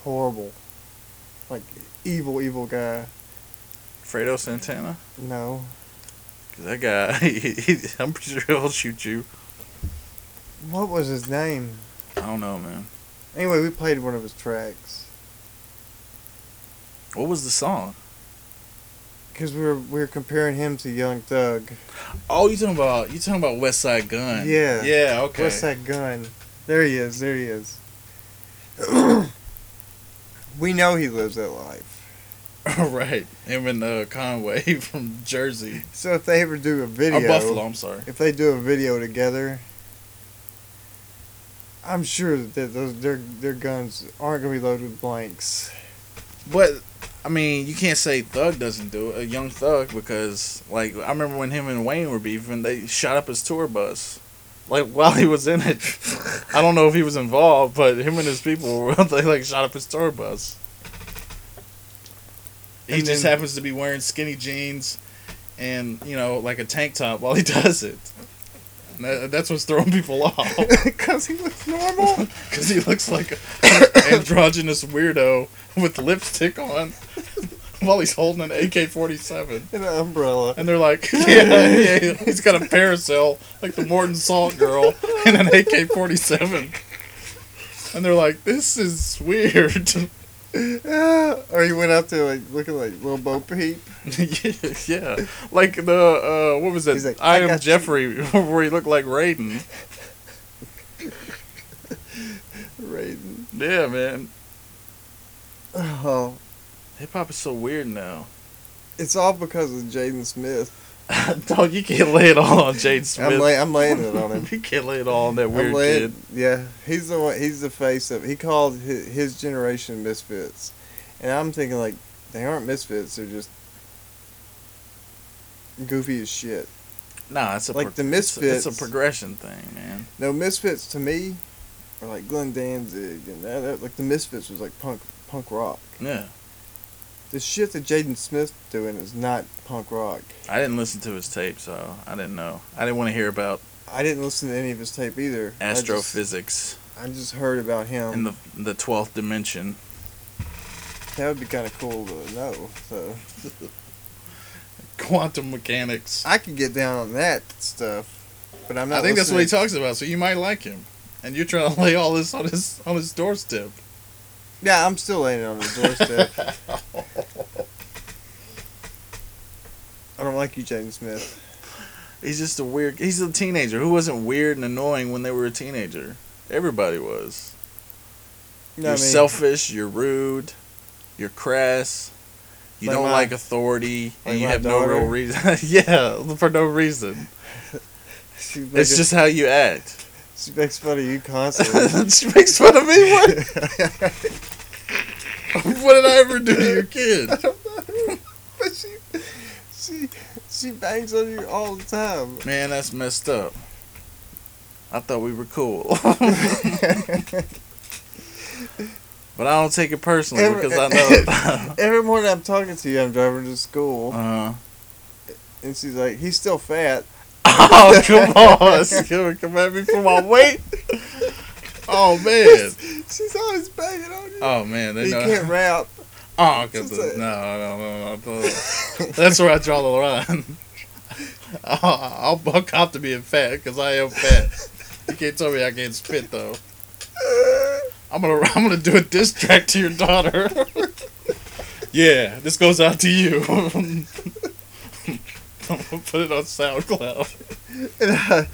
[SPEAKER 6] horrible, like evil, evil guy.
[SPEAKER 5] Fredo Santana.
[SPEAKER 6] No,
[SPEAKER 5] 'Cause that guy, he, he, I'm pretty sure he'll shoot you.
[SPEAKER 6] what was his name?
[SPEAKER 5] I don't know, man.
[SPEAKER 6] Anyway, we played one of his tracks
[SPEAKER 5] What was the song?
[SPEAKER 6] because we were we were comparing him to Young Thug.
[SPEAKER 5] Oh, you talking about you talking about West Side Gun?
[SPEAKER 6] Yeah.
[SPEAKER 5] Yeah. Okay.
[SPEAKER 6] What's that gun? There he is. There he is. we know he lives that life.
[SPEAKER 5] right. Him and uh, Conway from Jersey.
[SPEAKER 6] So if they ever do a
[SPEAKER 5] Or
[SPEAKER 6] video,
[SPEAKER 5] Buffalo. I'm sorry.
[SPEAKER 6] if they do a video together, I'm sure that those their their guns aren't gonna be loaded with blanks.
[SPEAKER 5] But I mean, you can't say Thug doesn't do it. A young Thug because like I remember when him and Wayne were beefing, they shot up his tour bus. Like while he was in it, I don't know if he was involved, but him and his people were- they like shot up his tour bus. He
[SPEAKER 6] And
[SPEAKER 5] just
[SPEAKER 6] then-
[SPEAKER 5] happens to be wearing skinny jeans and you know like a tank top while he does it. And that- that's what's throwing people off.
[SPEAKER 6] Cause he looks normal.
[SPEAKER 5] Because he looks like an androgynous weirdo with lipstick on while he's holding an AK 47.
[SPEAKER 6] In an umbrella.
[SPEAKER 5] And they're like, yeah, yeah, he's got a parasail, like the Morton Salt girl, and an AK 47. And they're like, this is weird.
[SPEAKER 6] Ah, or he went out there like looking like little Bo Peep.
[SPEAKER 5] yeah. Like the, uh, what was it?
[SPEAKER 6] He's like,
[SPEAKER 5] I,
[SPEAKER 6] "I got
[SPEAKER 5] am
[SPEAKER 6] you."
[SPEAKER 5] Jeffrey, where he looked like Raiden.
[SPEAKER 6] Raiden.
[SPEAKER 5] Yeah, man.
[SPEAKER 6] Oh,
[SPEAKER 5] Hip hop is so weird now.
[SPEAKER 6] It's all because of Jaden Smith.
[SPEAKER 5] Dog, you can't lay it all on Jade Smith.
[SPEAKER 6] I'm, lay, I'm laying it on him.
[SPEAKER 5] you can't lay it all on that weird
[SPEAKER 6] I'm laying,
[SPEAKER 5] kid.
[SPEAKER 6] Yeah, he's the one, he's the face of. He called his, his generation misfits, and I'm thinking like they aren't misfits. They're just goofy as shit.
[SPEAKER 5] Nah, it's a
[SPEAKER 6] Like the
[SPEAKER 5] it's a- It's a,
[SPEAKER 6] Misfits.
[SPEAKER 5] progression thing, man.
[SPEAKER 6] No misfits to me are like Glenn Danzig and that, that- like the misfits was like punk punk rock.
[SPEAKER 5] Yeah,
[SPEAKER 6] The shit that Jaden Smith doing is not punk rock.
[SPEAKER 5] I didn't listen to his tape, so I didn't know. I didn't want to hear about
[SPEAKER 6] I didn't listen to any of his tape either. I just-
[SPEAKER 5] astrophysics
[SPEAKER 6] I just, heard about him.
[SPEAKER 5] in the the twelfth dimension.
[SPEAKER 6] that would be kind of cool to know. So
[SPEAKER 5] quantum mechanics.
[SPEAKER 6] I could get down on that stuff, but I'm not.
[SPEAKER 5] I think that's what he
[SPEAKER 6] listening-
[SPEAKER 5] talks about. So you might like him, and you're trying to lay all this on his on his doorstep.
[SPEAKER 6] Yeah, I'm still laying it on his doorstep. I don't like you, Jaden Smith.
[SPEAKER 5] He's just a weird. He's a teenager who wasn't weird and annoying when they were a teenager. Everybody was.
[SPEAKER 6] You know
[SPEAKER 5] you're
[SPEAKER 6] what I mean?
[SPEAKER 5] selfish. You're rude. You're crass. You
[SPEAKER 6] Like
[SPEAKER 5] don't
[SPEAKER 6] my-
[SPEAKER 5] like authority,
[SPEAKER 6] like
[SPEAKER 5] and you
[SPEAKER 6] my
[SPEAKER 5] have no
[SPEAKER 6] daughter.
[SPEAKER 5] real reason. yeah, for no reason.
[SPEAKER 6] She
[SPEAKER 5] It's
[SPEAKER 6] makes-
[SPEAKER 5] just how you act.
[SPEAKER 6] she makes fun of you constantly.
[SPEAKER 5] she makes fun of me. What? what did I ever do to your kid?
[SPEAKER 6] But she, she, she bangs on you all the time.
[SPEAKER 5] Man, that's messed up. I thought we were cool. but I don't take it personally
[SPEAKER 6] Every-
[SPEAKER 5] because I know.
[SPEAKER 6] Every morning I'm talking to you. I'm driving to school,
[SPEAKER 5] uh,
[SPEAKER 6] and she's like, "He's still fat."
[SPEAKER 5] oh, come on. It's gonna come at me for my weight. Oh, man.
[SPEAKER 6] She's always banging on you.
[SPEAKER 5] Oh, man. They
[SPEAKER 6] you
[SPEAKER 5] know.
[SPEAKER 6] can't route.
[SPEAKER 5] Oh, 'cause
[SPEAKER 6] It's
[SPEAKER 5] the-
[SPEAKER 6] a-
[SPEAKER 5] no, no, no, no, no. That's where I draw the line. I'll, I'll cop to being fat because I am fat. You can't tell me I can't spit though. I'm gonna I'm gonna do a diss track to your daughter. yeah, this goes out to you. I'm gonna put it on SoundCloud.
[SPEAKER 6] And I,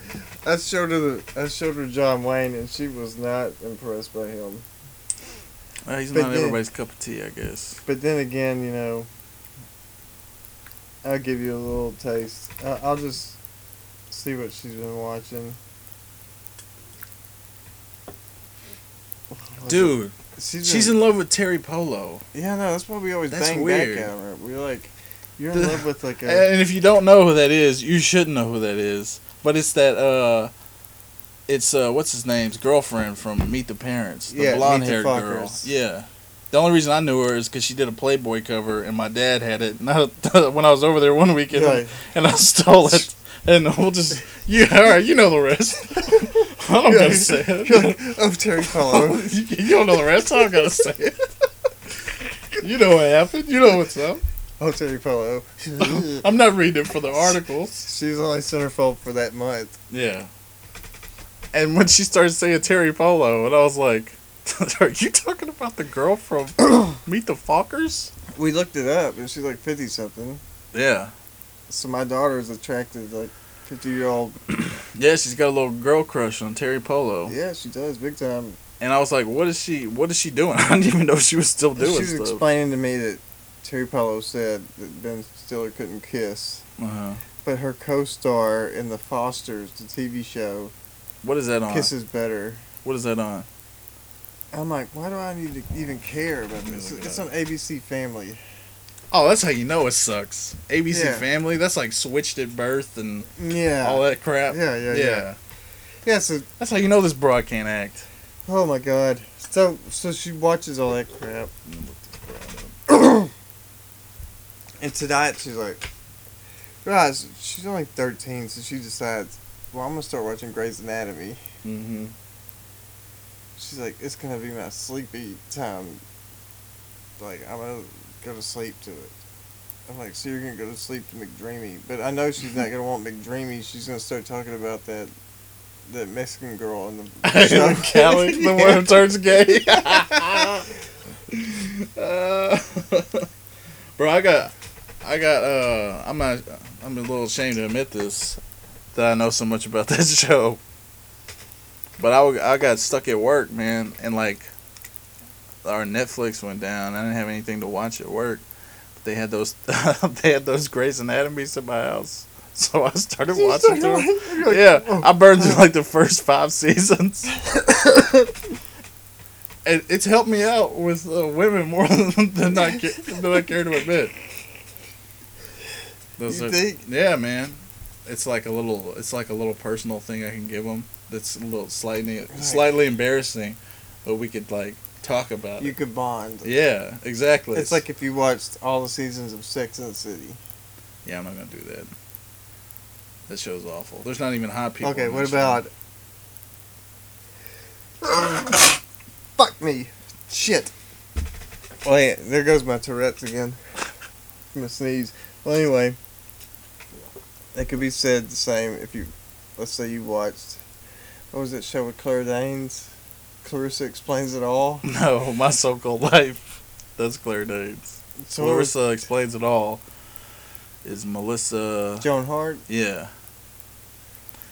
[SPEAKER 6] I showed her. The, I showed her John Wayne, and she was not impressed by him.
[SPEAKER 5] he's
[SPEAKER 6] But not then- everybody's
[SPEAKER 5] cup of tea, I guess.
[SPEAKER 6] But then again, you know, I'll give you a little taste. I- I'll just see what she's been watching.
[SPEAKER 5] Dude,
[SPEAKER 6] she's,
[SPEAKER 5] she's
[SPEAKER 6] been-
[SPEAKER 5] in love with Terry Polo.
[SPEAKER 6] Yeah, no, that's why we always
[SPEAKER 5] That's
[SPEAKER 6] bang
[SPEAKER 5] weird.
[SPEAKER 6] back at her. We're like, you're in
[SPEAKER 5] The-
[SPEAKER 6] love with like a.
[SPEAKER 5] And if you don't know who that is, you should know who that is. But it's that uh it's uh what's his name's girlfriend from Meet the Parents, the
[SPEAKER 6] Yeah, Meet
[SPEAKER 5] blonde
[SPEAKER 6] the
[SPEAKER 5] haired girl.
[SPEAKER 6] Fockers.
[SPEAKER 5] Yeah. The only reason I knew her is because she did a Playboy cover, and my dad had it. Not when I was over there one weekend,
[SPEAKER 6] Right.
[SPEAKER 5] and I stole it. And we'll just you all right? You know the rest. I don't gotta say it.
[SPEAKER 6] You're like, oh, Terry Fellow.
[SPEAKER 5] You- you don't know the rest. I don't gotta say it. You know what happened. You know what's up.
[SPEAKER 6] oh, Terry Fellow.
[SPEAKER 5] I'm not reading it for the articles.
[SPEAKER 6] she's only centerfold for that month.
[SPEAKER 5] Yeah. And when she started saying Terry Polo, and I was like, "Are you talking about the girl from Meet the Fockers?"
[SPEAKER 6] We looked it up, and she's like 50 something.
[SPEAKER 5] Yeah.
[SPEAKER 6] So my daughter is attracted to like 50 year old.
[SPEAKER 5] Yeah, she's got a little girl crush on Terry Polo,
[SPEAKER 6] Yeah, she does, big time.
[SPEAKER 5] and I was like, "What is she? What is she doing?" I didn't even know she was still doing
[SPEAKER 6] she's
[SPEAKER 5] stuff.
[SPEAKER 6] explaining to me that Terry Fellow said that Ben Stiller couldn't kiss.
[SPEAKER 5] uh-huh.
[SPEAKER 6] But her co-star in The Fosters, the TV show,
[SPEAKER 5] What is that on?
[SPEAKER 6] kisses better.
[SPEAKER 5] What is that on?
[SPEAKER 6] I'm like, why do I need to even care about
[SPEAKER 5] me
[SPEAKER 6] this?
[SPEAKER 5] look it
[SPEAKER 6] It's
[SPEAKER 5] up.
[SPEAKER 6] on ABC Family.
[SPEAKER 5] Oh, that's how you know it sucks. ABC
[SPEAKER 6] Yeah.
[SPEAKER 5] Family. That's like switched at birth and
[SPEAKER 6] Yeah.
[SPEAKER 5] all that crap.
[SPEAKER 6] Yeah, yeah, yeah. Yeah. So,
[SPEAKER 5] That's how you know this broad can't act.
[SPEAKER 6] oh my God. So, so she watches all that crap. and tonight she's like, guys, she's only 13, so she decides, well, I'm gonna start watching Grey's Anatomy.
[SPEAKER 5] Mm-hmm.
[SPEAKER 6] She's like, it's gonna be my sleepy time. Like, I'm gonna go to sleep to it. I'm like, so you're gonna go to sleep to McDreamy, but I know she's not gonna want McDreamy. She's gonna start talking about that, that Mexican girl in the show.
[SPEAKER 5] Cali, the one who turns gay. Uh, bro, I got, I got. uh I'm not. I'm a little ashamed to admit this, that I know so much about that show. But I, wa- I got stuck at work, man, and like, our Netflix went down. I didn't have anything to watch at work. They had those they had those Grey's Anatomies in my house. So I started watching them. Oh. yeah, I burned through like the first five seasons. and it's helped me out with uh, women more than, than I ca- than I care to admit. Those
[SPEAKER 6] You think?
[SPEAKER 5] Yeah, man. It's like a little it's like a little personal thing I can give them that's a little slightly slightly embarrassing, but we could like talk about
[SPEAKER 6] You
[SPEAKER 5] it.
[SPEAKER 6] could bond.
[SPEAKER 5] Yeah, exactly.
[SPEAKER 6] It's like if you watched all the seasons of Sex and the City.
[SPEAKER 5] yeah, I'm not gonna do that. That show's awful. There's not even hot people.
[SPEAKER 6] okay,
[SPEAKER 5] on
[SPEAKER 6] what
[SPEAKER 5] that show.
[SPEAKER 6] about? Fuck me, shit. Well, yeah, there goes my Tourette's again. I'm gonna sneeze. Well, anyway, it could be said the same if you, let's say you watched, what was that show with Claire Danes? Clarissa explains it all.
[SPEAKER 5] No, my so-called life. That's Claire Danes.
[SPEAKER 6] So what was
[SPEAKER 5] Clarissa explains it all. Is Melissa?
[SPEAKER 6] Joan Hart?
[SPEAKER 5] Yeah.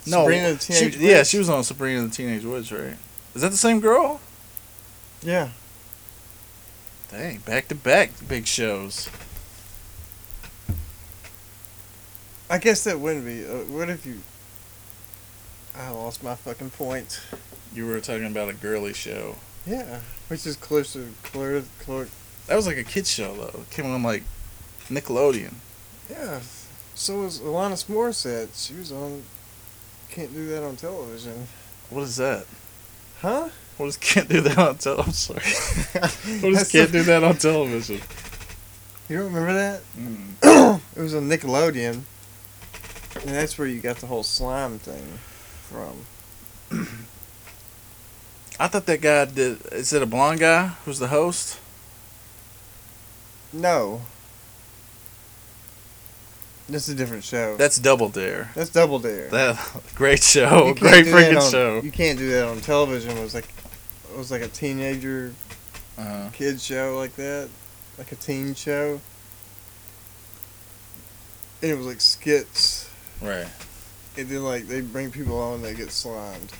[SPEAKER 6] Sabrina the
[SPEAKER 5] she-
[SPEAKER 6] Teenage
[SPEAKER 5] yeah,
[SPEAKER 6] Witch?
[SPEAKER 5] she was on Sabrina the Teenage Witch, right? Is that the same girl?
[SPEAKER 6] Yeah.
[SPEAKER 5] Dang, back to back big shows.
[SPEAKER 6] I guess that wouldn't be. Uh, what if you? I lost my fucking point.
[SPEAKER 5] You were talking about a girly show.
[SPEAKER 6] Yeah, which is Clarissa, Clarissa, Clarissa.
[SPEAKER 5] That was like a kids show though. It came on like Nickelodeon.
[SPEAKER 6] Yeah. So was Alanis Morissette. She was on. Can't do that on television,
[SPEAKER 5] What is that?
[SPEAKER 6] huh?
[SPEAKER 5] What is can't do that on television? I'm sorry. What is
[SPEAKER 6] That's
[SPEAKER 5] can't
[SPEAKER 6] the-
[SPEAKER 5] do that on television?
[SPEAKER 6] You don't remember that?
[SPEAKER 5] Mm.
[SPEAKER 6] It was on Nickelodeon, and that's where you got the whole slime thing from.
[SPEAKER 5] I thought that guy did. Is it a blonde guy who's the host?
[SPEAKER 6] No. That's a different show.
[SPEAKER 5] That's Double Dare.
[SPEAKER 6] That's Double Dare.
[SPEAKER 5] That great
[SPEAKER 6] You
[SPEAKER 5] show,
[SPEAKER 6] can't
[SPEAKER 5] great
[SPEAKER 6] do that
[SPEAKER 5] freaking
[SPEAKER 6] on-
[SPEAKER 5] show.
[SPEAKER 6] You can't do that on television. It was like, it was like a teenager
[SPEAKER 5] Uh,
[SPEAKER 6] kid show like that, like a teen show. And it was like skits,
[SPEAKER 5] right.
[SPEAKER 6] and then like they bring people on, they get slimed.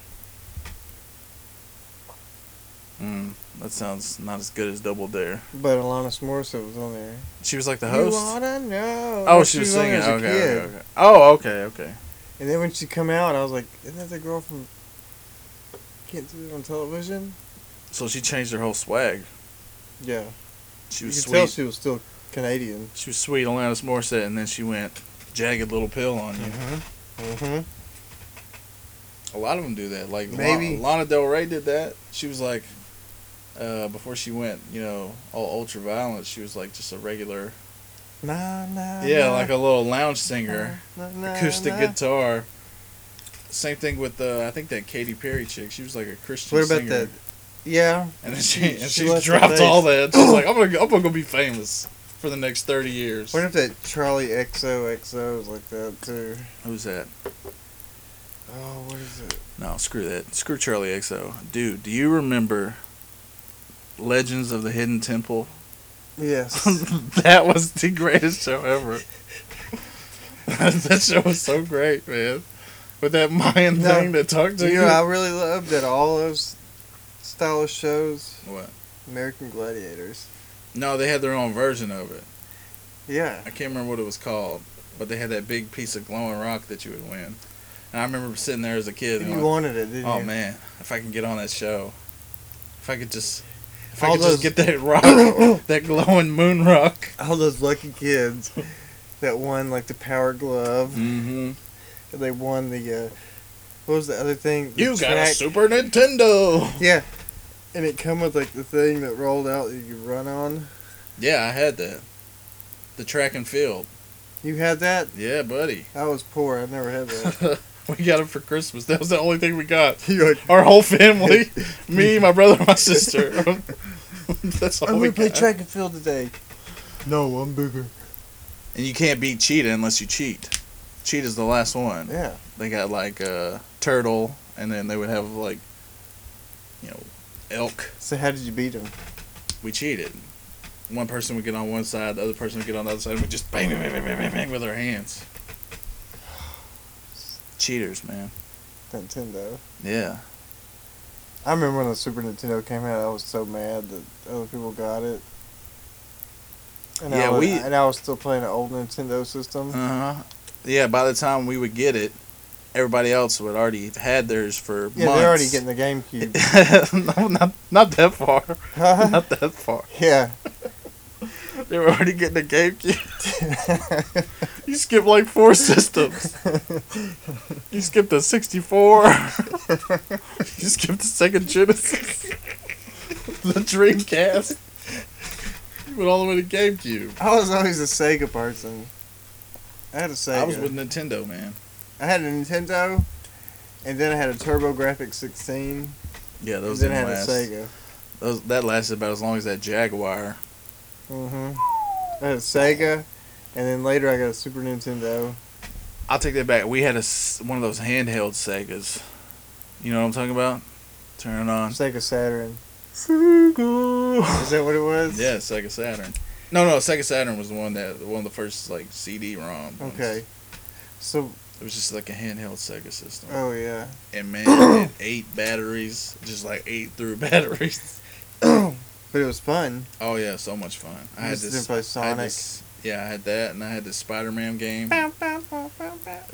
[SPEAKER 5] Mm, that sounds not as good as Double Dare.
[SPEAKER 6] But Alanis Morissette was on there.
[SPEAKER 5] She was like the
[SPEAKER 6] You
[SPEAKER 5] host.
[SPEAKER 6] wanna know?
[SPEAKER 5] Oh,
[SPEAKER 6] what
[SPEAKER 5] she was
[SPEAKER 6] on
[SPEAKER 5] singing.
[SPEAKER 6] as a
[SPEAKER 5] Okay,
[SPEAKER 6] kid.
[SPEAKER 5] okay, okay. Oh, okay, okay.
[SPEAKER 6] And then when she come out, I was like, isn't that the girl from? Can't do it on television.
[SPEAKER 5] So she changed her whole swag.
[SPEAKER 6] Yeah,
[SPEAKER 5] She
[SPEAKER 6] you could
[SPEAKER 5] was
[SPEAKER 6] tell
[SPEAKER 5] sweet. She-,
[SPEAKER 6] she was still Canadian.
[SPEAKER 5] was sweet, Alanis Morissette, and then she went jagged little pill on you.
[SPEAKER 6] Mm-hmm.
[SPEAKER 5] A lot of them do that. Like
[SPEAKER 6] Maybe.
[SPEAKER 5] Lana, Lana Del Rey did that. She was like, uh, before she went, you know, all ultra violent. She was like just a regular,
[SPEAKER 6] Nah, nah.
[SPEAKER 5] yeah,
[SPEAKER 6] nah,
[SPEAKER 5] like a little lounge singer.
[SPEAKER 6] nah, nah,
[SPEAKER 5] acoustic
[SPEAKER 6] nah.
[SPEAKER 5] guitar. Same thing with uh, I think that Katy Perry chick. She was like a Christian.
[SPEAKER 6] What about
[SPEAKER 5] singer.
[SPEAKER 6] that? Yeah,
[SPEAKER 5] And then she and
[SPEAKER 6] she
[SPEAKER 5] she,
[SPEAKER 6] left her
[SPEAKER 5] dropped
[SPEAKER 6] face.
[SPEAKER 5] all that. She's like, I'm gonna I'm gonna be famous for the next thirty years.
[SPEAKER 6] What if that Charlie XOXO is like that too?
[SPEAKER 5] Who's that?
[SPEAKER 6] Oh, what is it?
[SPEAKER 5] No, screw that. Screw Charlie XO, dude. Do you remember Legends of the Hidden Temple?
[SPEAKER 6] Yes.
[SPEAKER 5] that was the greatest show ever. that show was so great, man. With that Mayan
[SPEAKER 6] No.
[SPEAKER 5] thing that talked to
[SPEAKER 6] you
[SPEAKER 5] you.
[SPEAKER 6] know, I really loved that all those style of shows,
[SPEAKER 5] what?
[SPEAKER 6] American Gladiators.
[SPEAKER 5] No, they had their own version of it.
[SPEAKER 6] Yeah.
[SPEAKER 5] I can't remember what it was called, but they had that big piece of glowing rock that you would win. And I remember sitting there as a kid.
[SPEAKER 6] You
[SPEAKER 5] and like,
[SPEAKER 6] wanted it, didn't
[SPEAKER 5] oh
[SPEAKER 6] you?
[SPEAKER 5] man, if I can get on that show, if I could just, if I
[SPEAKER 6] All
[SPEAKER 5] could
[SPEAKER 6] those-
[SPEAKER 5] just get that rock, that glowing moon rock.
[SPEAKER 6] All those lucky kids that won like the Power Glove.
[SPEAKER 5] Mm-hmm.
[SPEAKER 6] They won the. Uh, what was the other thing? The
[SPEAKER 5] You got a
[SPEAKER 6] track-
[SPEAKER 5] Super Nintendo.
[SPEAKER 6] Yeah. And it come with like the thing that rolled out that you could run on.
[SPEAKER 5] Yeah, I had that. The track and field.
[SPEAKER 6] You had that?
[SPEAKER 5] Yeah, buddy.
[SPEAKER 6] I was poor. I never had that.
[SPEAKER 5] We got it for Christmas. That was the only thing we got.
[SPEAKER 6] You're like,
[SPEAKER 5] Our whole family, me, my brother, my sister. That's all
[SPEAKER 6] I'm
[SPEAKER 5] we
[SPEAKER 6] gonna play
[SPEAKER 5] got.
[SPEAKER 6] track and field today. No, I'm bigger.
[SPEAKER 5] And you can't beat Cheetah unless you cheat. Cheetah's the last one.
[SPEAKER 6] Yeah.
[SPEAKER 5] They got like uh, turtle, and then they would have like, you know, elk.
[SPEAKER 6] So how did you beat him?
[SPEAKER 5] We cheated. One person would get on one side, the other person would get on the other side, and we just bang, bang, bang, bang, bang, bang, bang with our hands. Cheaters, man.
[SPEAKER 6] Nintendo.
[SPEAKER 5] Yeah.
[SPEAKER 6] I remember when the Super Nintendo came out, I was so mad that other people got it. And
[SPEAKER 5] Yeah,
[SPEAKER 6] I was,
[SPEAKER 5] we-
[SPEAKER 6] and I was still playing an old Nintendo system.
[SPEAKER 5] Uh huh. Yeah. By the time we would get it, everybody else would already had theirs for
[SPEAKER 6] yeah,
[SPEAKER 5] months.
[SPEAKER 6] they're already getting the Uh-huh. GameCube.
[SPEAKER 5] no, not not that far.
[SPEAKER 6] Huh?
[SPEAKER 5] Not that far.
[SPEAKER 6] yeah.
[SPEAKER 5] They were already getting a GameCube. you skipped like four systems. You skipped a 64. you skipped the Second Genesis. the Dreamcast. You went all the way to GameCube.
[SPEAKER 6] I was always a Sega person. I had a Sega.
[SPEAKER 5] I was with Nintendo, man.
[SPEAKER 6] I had a Nintendo, and then I had a TurboGrafx 16,
[SPEAKER 5] Yeah,
[SPEAKER 6] and
[SPEAKER 5] those
[SPEAKER 6] then I
[SPEAKER 5] didn't
[SPEAKER 6] had
[SPEAKER 5] last.
[SPEAKER 6] a Sega.
[SPEAKER 5] Those, that lasted about as long as that Jaguar.
[SPEAKER 6] hmm I had a Sega, and then later I got a Super Nintendo.
[SPEAKER 5] I'll take that back. We had a s- one of those handheld Segas. You know what I'm talking about? Turn it on.
[SPEAKER 6] Sega Saturn.
[SPEAKER 5] Sega.
[SPEAKER 6] Is that what it was?
[SPEAKER 5] Yeah, Sega Saturn. No, no, Sega Saturn was the one that one of the first like CD-ROM. ones.
[SPEAKER 6] Okay. So,
[SPEAKER 5] It was just like a handheld Sega system,
[SPEAKER 6] oh yeah.
[SPEAKER 5] and man, it had eight batteries, just like eight through batteries.
[SPEAKER 6] But it was fun.
[SPEAKER 5] Oh yeah, so much fun. I
[SPEAKER 6] I
[SPEAKER 5] had
[SPEAKER 6] used to
[SPEAKER 5] this.
[SPEAKER 6] play
[SPEAKER 5] I had
[SPEAKER 6] Sonic,
[SPEAKER 5] this- yeah, I had that, and I had this Spider-Man game. It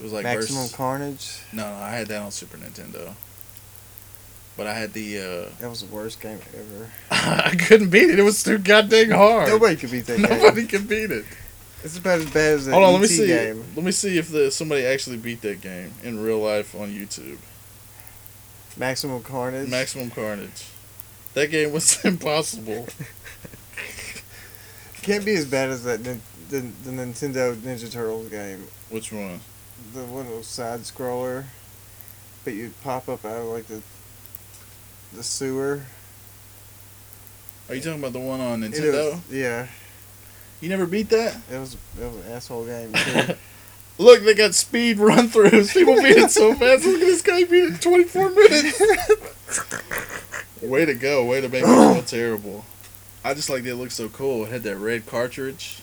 [SPEAKER 5] was like
[SPEAKER 6] Maximum
[SPEAKER 5] versus-
[SPEAKER 6] Carnage.
[SPEAKER 5] no, no, I had that on Super Nintendo. But I had the. uh
[SPEAKER 6] That was the worst game ever.
[SPEAKER 5] I couldn't beat it. It was too goddamn hard.
[SPEAKER 6] Nobody could beat that game.
[SPEAKER 5] Nobody could beat it.
[SPEAKER 6] It's about as bad as the
[SPEAKER 5] Hold on,
[SPEAKER 6] ET
[SPEAKER 5] let me see.
[SPEAKER 6] game.
[SPEAKER 5] Let me see if the, somebody actually beat that game in real life on YouTube.
[SPEAKER 6] Maximum Carnage.
[SPEAKER 5] Maximum Carnage. That game was impossible.
[SPEAKER 6] Can't be as bad as that nin- the, the Nintendo Ninja Turtles game.
[SPEAKER 5] Which one?
[SPEAKER 6] the one that was side scroller, but you'd pop up out of like the the sewer.
[SPEAKER 5] Are you talking about the one on
[SPEAKER 6] It
[SPEAKER 5] Nintendo?
[SPEAKER 6] was- yeah,
[SPEAKER 5] You never beat that?
[SPEAKER 6] it was it was an asshole game. Too.
[SPEAKER 5] Look, they got speed run throughs. People beat it so fast. Look at this guy he beat it in 24 minutes. way to go. Way to make me feel terrible. I just like that it looked so cool. It had that red cartridge.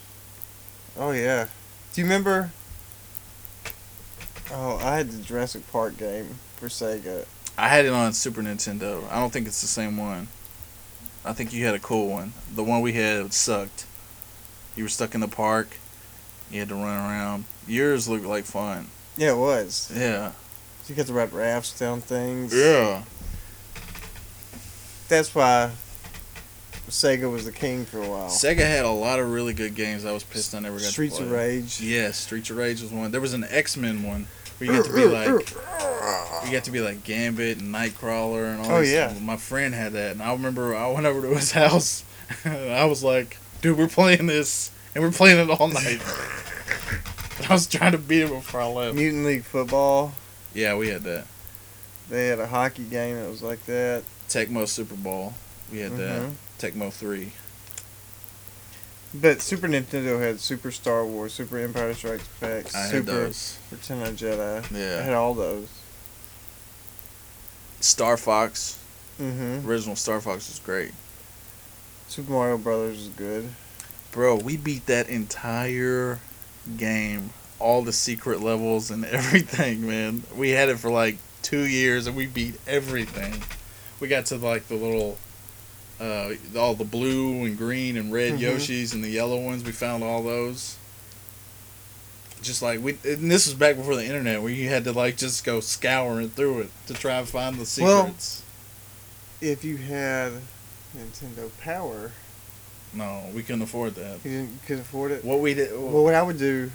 [SPEAKER 6] oh yeah, do you remember? Oh, I had the Jurassic Park game for Sega.
[SPEAKER 5] I had it on Super Nintendo. I don't think it's the same one. I think you had a cool one. The one we had sucked. You were stuck in the park. You had to run around. Yours looked like fun.
[SPEAKER 6] Yeah, it was.
[SPEAKER 5] Yeah.
[SPEAKER 6] You got to wrap rafts down things.
[SPEAKER 5] Yeah.
[SPEAKER 6] That's why Sega was the king for a while.
[SPEAKER 5] Sega had a lot of really good games. I was pissed I never got
[SPEAKER 6] Streets
[SPEAKER 5] to play.
[SPEAKER 6] of Rage.
[SPEAKER 5] Yeah, Streets of Rage was one. There was an X Men one where you got to be like you got to be like Gambit and Nightcrawler and all.
[SPEAKER 6] Oh,
[SPEAKER 5] these-
[SPEAKER 6] yeah.
[SPEAKER 5] My friend had that, and I remember I went over to his house. and I was like, "Dude, we're playing this, and we're playing it all night." and I was trying to beat it before I left.
[SPEAKER 6] Mutant League Football.
[SPEAKER 5] Yeah, we had that
[SPEAKER 6] They had a hockey game that was like that.
[SPEAKER 5] Tecmo Super Bowl. We had that
[SPEAKER 6] Mhm.
[SPEAKER 5] Tecmo Three.
[SPEAKER 6] But Super Nintendo had Super Star Wars, Super Empire Strikes Back,
[SPEAKER 5] I had
[SPEAKER 6] Super
[SPEAKER 5] those.
[SPEAKER 6] Return of the Jedi. I
[SPEAKER 5] Yeah,
[SPEAKER 6] had all those.
[SPEAKER 5] Star Fox.
[SPEAKER 6] hmm
[SPEAKER 5] Original Star Fox was great.
[SPEAKER 6] Super Mario Brothers is good.
[SPEAKER 5] Bro, we beat that entire game, all the secret levels and everything, man. We had it for like two years, and we beat everything. We got to like the little, uh, all the blue and green and red
[SPEAKER 6] Mhm.
[SPEAKER 5] Yoshis and the yellow ones. We found all those. Just like we, and this was back before the internet, where you had to like just go scouring through it to try and find the
[SPEAKER 6] Well-
[SPEAKER 5] secrets.
[SPEAKER 6] If you had Nintendo Power,
[SPEAKER 5] no, we couldn't afford that.
[SPEAKER 6] you didn't could afford it.
[SPEAKER 5] What we did,
[SPEAKER 6] Well, what I would do,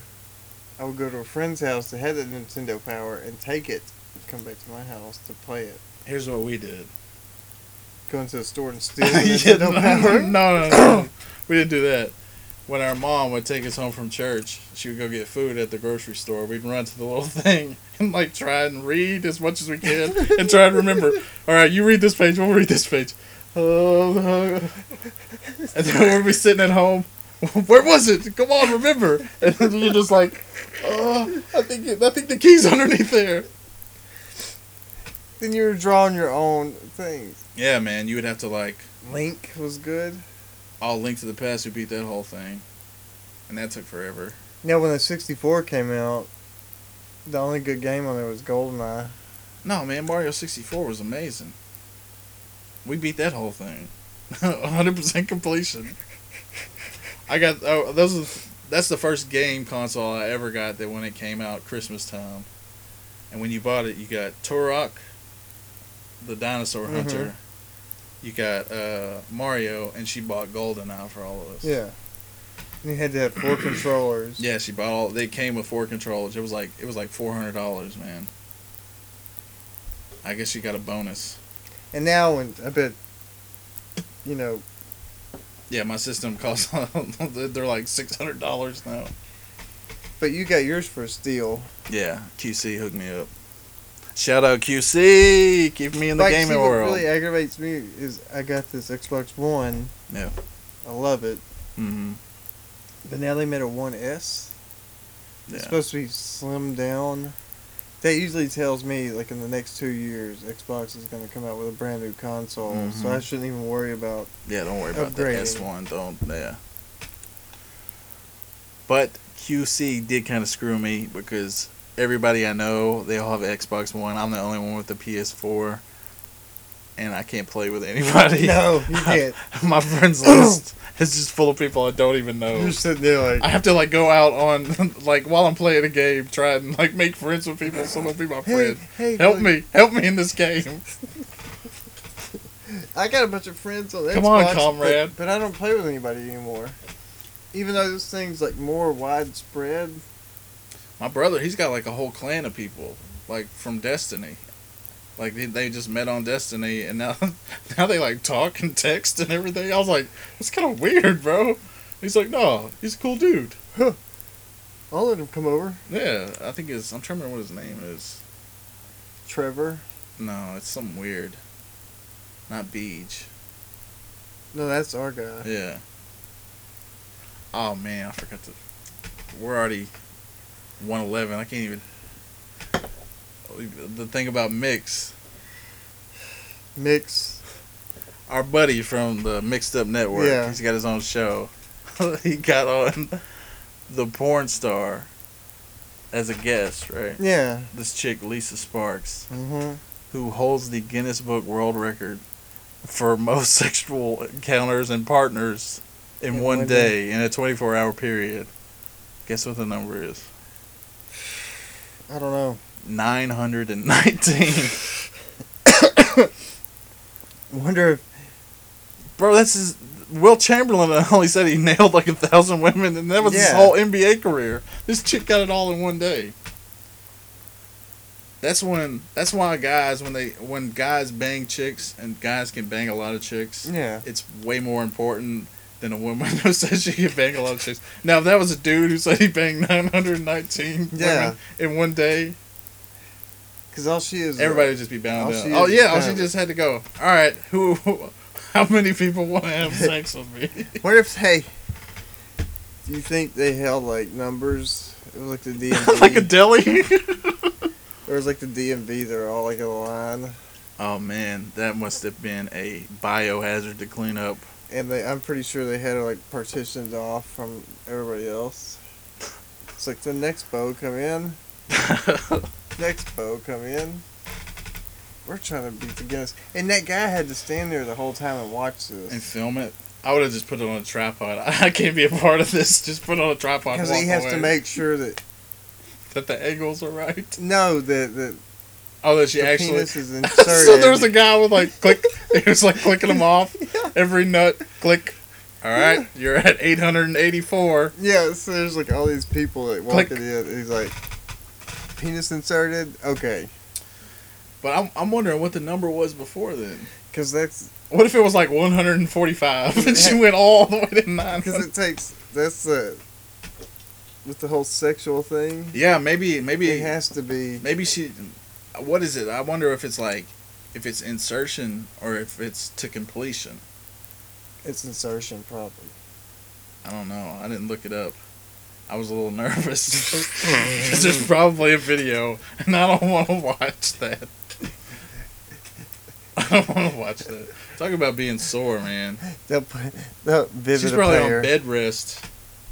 [SPEAKER 6] I would go to a friend's house that had the Nintendo Power and take it, and come back to my house to play it.
[SPEAKER 5] here's what we did.
[SPEAKER 6] Go into the store and steal the
[SPEAKER 5] Yeah, no,
[SPEAKER 6] Nintendo Power.
[SPEAKER 5] no, no, no. we didn't do that. When our mom would take us home from church, she would go get food at the grocery store. We'd run to the little thing and like try and read as much as we can and try and remember. All right, you read this page. We'll read this page. Oh, no. and then we'd be sitting at home. Where was it? Come on, remember. And then you're just like, oh, I think it, I think the key's underneath there.
[SPEAKER 6] Then you were drawing your own things.
[SPEAKER 5] Yeah, man, you would have to like
[SPEAKER 6] Link was good.
[SPEAKER 5] all link to the past. We beat that whole thing, and that took forever.
[SPEAKER 6] Now, when the 64 came out, the only good game on there was GoldenEye.
[SPEAKER 5] No, man, Mario 64 was amazing. We beat that whole thing. 100% completion. I got oh, those. Are the, that's the first game console I ever got that when it came out Christmas time, and when you bought it, you got Turok, the dinosaur hunter. You got uh, Mario, and she bought GoldenEye for all of us.
[SPEAKER 6] Yeah. You had to have four controllers.
[SPEAKER 5] Yeah, she bought all. They came with four controllers. It was like it was like four hundred dollars, man. I guess she got a bonus.
[SPEAKER 6] And now, when I bet, you know,
[SPEAKER 5] Yeah, my system costs. they're like six hundred dollars now.
[SPEAKER 6] but you got yours for a steal.
[SPEAKER 5] Yeah, QC hooked me up. Shout out QC, keep me in the
[SPEAKER 6] Like, see,
[SPEAKER 5] gaming
[SPEAKER 6] what
[SPEAKER 5] world.
[SPEAKER 6] really aggravates me is I got this Xbox One.
[SPEAKER 5] Yeah.
[SPEAKER 6] I love it.
[SPEAKER 5] hmm
[SPEAKER 6] But now they made a 1S.
[SPEAKER 5] Yeah.
[SPEAKER 6] It's supposed to be slimmed down. That usually tells me, like, in the next two years, Xbox is going to come out with a brand new console. So
[SPEAKER 5] Mhm.
[SPEAKER 6] I shouldn't even worry about.
[SPEAKER 5] yeah, don't worry about the
[SPEAKER 6] Upgrading.
[SPEAKER 5] S one. Don't. Yeah. But QC did kind of screw me because everybody I know they all have Xbox One. I'm the only one with the PS4, and I can't play with anybody.
[SPEAKER 6] No, you can't.
[SPEAKER 5] my friends list is just full of people I don't even know.
[SPEAKER 6] You're sitting there like,
[SPEAKER 5] I have to like go out on like while I'm playing a game, try and like make friends with people so they'll be my
[SPEAKER 6] hey,
[SPEAKER 5] friend.
[SPEAKER 6] hey,
[SPEAKER 5] Help
[SPEAKER 6] look,
[SPEAKER 5] me, help me in this game.
[SPEAKER 6] I got a bunch of friends on Xbox.
[SPEAKER 5] Come on,
[SPEAKER 6] but-
[SPEAKER 5] comrade.
[SPEAKER 6] But, I don't play with anybody anymore. Even though this thing's like more widespread.
[SPEAKER 5] My brother, he's got like a whole clan of people, like from Destiny. Like they, they just met on Destiny, and now now they like talk and text and everything. I was like, it's kind of weird, bro. He's like, no, he's a cool dude.
[SPEAKER 6] I'll let him come over.
[SPEAKER 5] Yeah, I think his. I'm trying to remember what his name is.
[SPEAKER 6] Trevor.
[SPEAKER 5] No, it's something weird. Not Beej.
[SPEAKER 6] No, that's our guy.
[SPEAKER 5] Yeah. Oh man, I forgot to. We're already 111. I can't even. The thing about Mix,
[SPEAKER 6] Mix.
[SPEAKER 5] our buddy from the Mixed Up Network,
[SPEAKER 6] Yeah.
[SPEAKER 5] he's got his own show. he got on the porn star as a guest, right?
[SPEAKER 6] Yeah.
[SPEAKER 5] This chick, Lisa Sparks,
[SPEAKER 6] Mm-hmm.
[SPEAKER 5] who holds the Guinness Book World Record for most sexual encounters and partners in, one, day, in a 24 hour period. Guess what the number is?
[SPEAKER 6] I don't know.
[SPEAKER 5] 919.
[SPEAKER 6] Wonder if
[SPEAKER 5] Bro, that's his. Will Chamberlain only said he nailed like a thousand women, and that was his
[SPEAKER 6] Yeah.
[SPEAKER 5] whole NBA career. This chick got it all in one day. That's when. That's why guys, when they when guys bang chicks, and guys can bang a lot of chicks.
[SPEAKER 6] yeah.
[SPEAKER 5] it's way more important than a woman who says she can bang a lot of chicks. Now, if that was a dude who said he banged 919
[SPEAKER 6] Yeah.
[SPEAKER 5] women in one day,
[SPEAKER 6] Because all she is.
[SPEAKER 5] everybody would just be bound
[SPEAKER 6] All
[SPEAKER 5] up.
[SPEAKER 6] she
[SPEAKER 5] Oh,
[SPEAKER 6] is
[SPEAKER 5] yeah, all
[SPEAKER 6] is
[SPEAKER 5] she
[SPEAKER 6] bound.
[SPEAKER 5] just had to go, all right, who, how many people want to have sex with me?
[SPEAKER 6] What uh, if hey? Do you think they held like numbers? It was like the DMV.
[SPEAKER 5] like a deli?
[SPEAKER 6] or it was like the DMV. They're all like in a line,
[SPEAKER 5] oh, man, that must have been a biohazard to clean up.
[SPEAKER 6] and they. I'm pretty sure they had it like partitioned off from everybody else. It's like the next bow come in, next bow come in. We're trying to beat the Guinness, and that guy had to stand there the whole time and watch
[SPEAKER 5] and
[SPEAKER 6] this
[SPEAKER 5] film it. I would have just put it on a tripod. I can't be a part of this. Just put it on a tripod.
[SPEAKER 6] because
[SPEAKER 5] Because
[SPEAKER 6] he has to make sure that
[SPEAKER 5] that the angles are right.
[SPEAKER 6] no that that
[SPEAKER 5] Oh, that she
[SPEAKER 6] the
[SPEAKER 5] actually
[SPEAKER 6] penis is inserted.
[SPEAKER 5] so there's a guy with like click. He was like clicking them off. Every nut click. All right, you're at 884.
[SPEAKER 6] Yeah, so there's like all these people that
[SPEAKER 5] Click.
[SPEAKER 6] walking in. And he's like, penis inserted. Okay,
[SPEAKER 5] But I'm I'm wondering what the number was before then.
[SPEAKER 6] because that's
[SPEAKER 5] What if it was like 145 and she went all the way to nine?
[SPEAKER 6] because it takes that's the with the whole sexual thing.
[SPEAKER 5] Yeah, maybe maybe
[SPEAKER 6] It has to be.
[SPEAKER 5] maybe she. What is it? I wonder if it's like if it's insertion or if it's to completion.
[SPEAKER 6] It's insertion, probably.
[SPEAKER 5] I don't know. I didn't look it up. I was a little nervous 'Cause there's probably a video, and I don't want to watch that. I don't want to watch that. Talk about being sore, man.
[SPEAKER 6] They'll put they'll vivid
[SPEAKER 5] She's probably
[SPEAKER 6] appear.
[SPEAKER 5] on bed rest.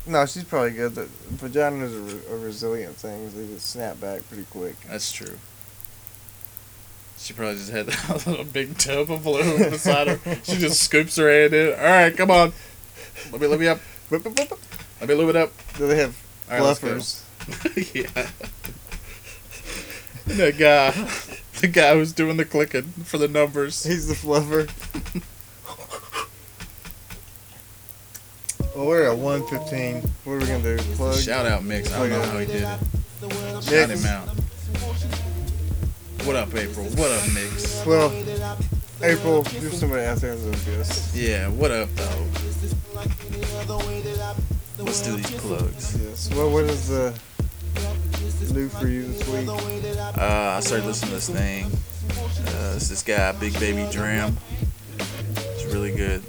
[SPEAKER 6] No, she's probably good. The vaginas are re- are resilient things. They just snap back pretty quick.
[SPEAKER 5] That's true. She probably just had a little big tub of blue beside her. She just scoops her hand in. All right, come on. Let me let me up.
[SPEAKER 6] Whip, whip, whip, whip.
[SPEAKER 5] Let me lube it up.
[SPEAKER 6] Do they have
[SPEAKER 5] All right, let's go.
[SPEAKER 6] bluffers?
[SPEAKER 5] yeah. the guy, the guy who's doing the clicking for the numbers.
[SPEAKER 6] He's the fluffer. well, we're at 115. What are we going to do? Plug?
[SPEAKER 5] Shout out Mix. I don't know how he did it. Shout him out. What up, April? What up, Mix?
[SPEAKER 6] Well, April, there's somebody out there that's yes.
[SPEAKER 5] Yeah, what up, though? Let's do these plugs.
[SPEAKER 6] Yes. Well, what is the new for you this week?
[SPEAKER 5] Uh, I started listening to this thing. Uh, it's this guy, Big Baby Dram. It's really good.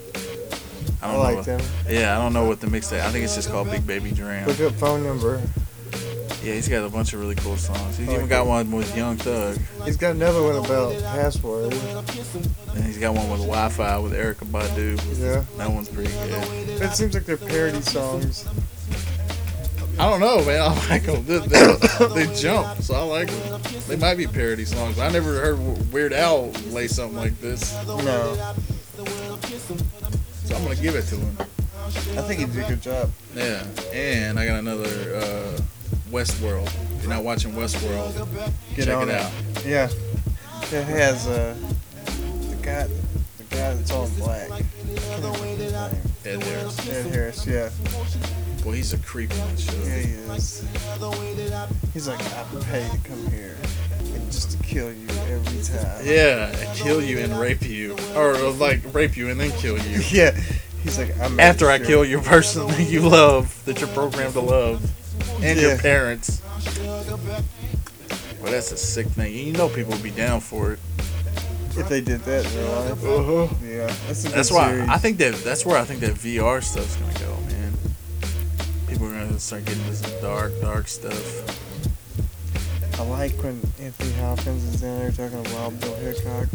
[SPEAKER 5] I
[SPEAKER 6] I
[SPEAKER 5] don't know.
[SPEAKER 6] like
[SPEAKER 5] what-
[SPEAKER 6] them.
[SPEAKER 5] Yeah, I don't know what the mixtape. I think it's just called Big Baby Dram.
[SPEAKER 6] Look up phone number.
[SPEAKER 5] Yeah, he's got a bunch of really cool songs. He's
[SPEAKER 6] I like
[SPEAKER 5] even got one with Young Thug,
[SPEAKER 6] He's got another one about password.
[SPEAKER 5] and he's got one with Wi-Fi with Erica Badu.
[SPEAKER 6] Yeah.
[SPEAKER 5] That one's pretty good.
[SPEAKER 6] It seems like they're parody songs.
[SPEAKER 5] I don't know, man. I like them. They, they- they jump, so I like them. They might be parody songs. I never heard Weird Al lay something like this,
[SPEAKER 6] No.
[SPEAKER 5] so I'm gonna give it to him.
[SPEAKER 6] I think he did a good job.
[SPEAKER 5] Yeah, and I got another uh, Westworld. If you're not watching Westworld,
[SPEAKER 6] Get
[SPEAKER 5] check
[SPEAKER 6] on
[SPEAKER 5] it
[SPEAKER 6] it.
[SPEAKER 5] out.
[SPEAKER 6] Yeah. It has uh, the guy, the guy that's all in black. I can't remember his name.
[SPEAKER 5] Ed Harris.
[SPEAKER 6] Ed Harris, yeah.
[SPEAKER 5] Boy, he's a creep on that
[SPEAKER 6] Yeah,
[SPEAKER 5] show.
[SPEAKER 6] he is. He's like, I pay to come here and just to kill you every time.
[SPEAKER 5] Yeah, kill you and rape you, or like rape you and then kill you.
[SPEAKER 6] Yeah. He's like, I'm
[SPEAKER 5] after I kill your person that you love, that you're programmed to love, and your
[SPEAKER 6] Yeah.
[SPEAKER 5] parents. Well, that's a sick thing. You know people would be down for it.
[SPEAKER 6] If they did that in real life.
[SPEAKER 5] Uh-huh.
[SPEAKER 6] Yeah. That's, a good
[SPEAKER 5] That's why
[SPEAKER 6] series.
[SPEAKER 5] I think that that's where I think that VR stuff's gonna go, man. People are gonna start getting into some dark, dark stuff.
[SPEAKER 6] I like when Anthony Hopkins is down there talking to Wild Bill Hickok.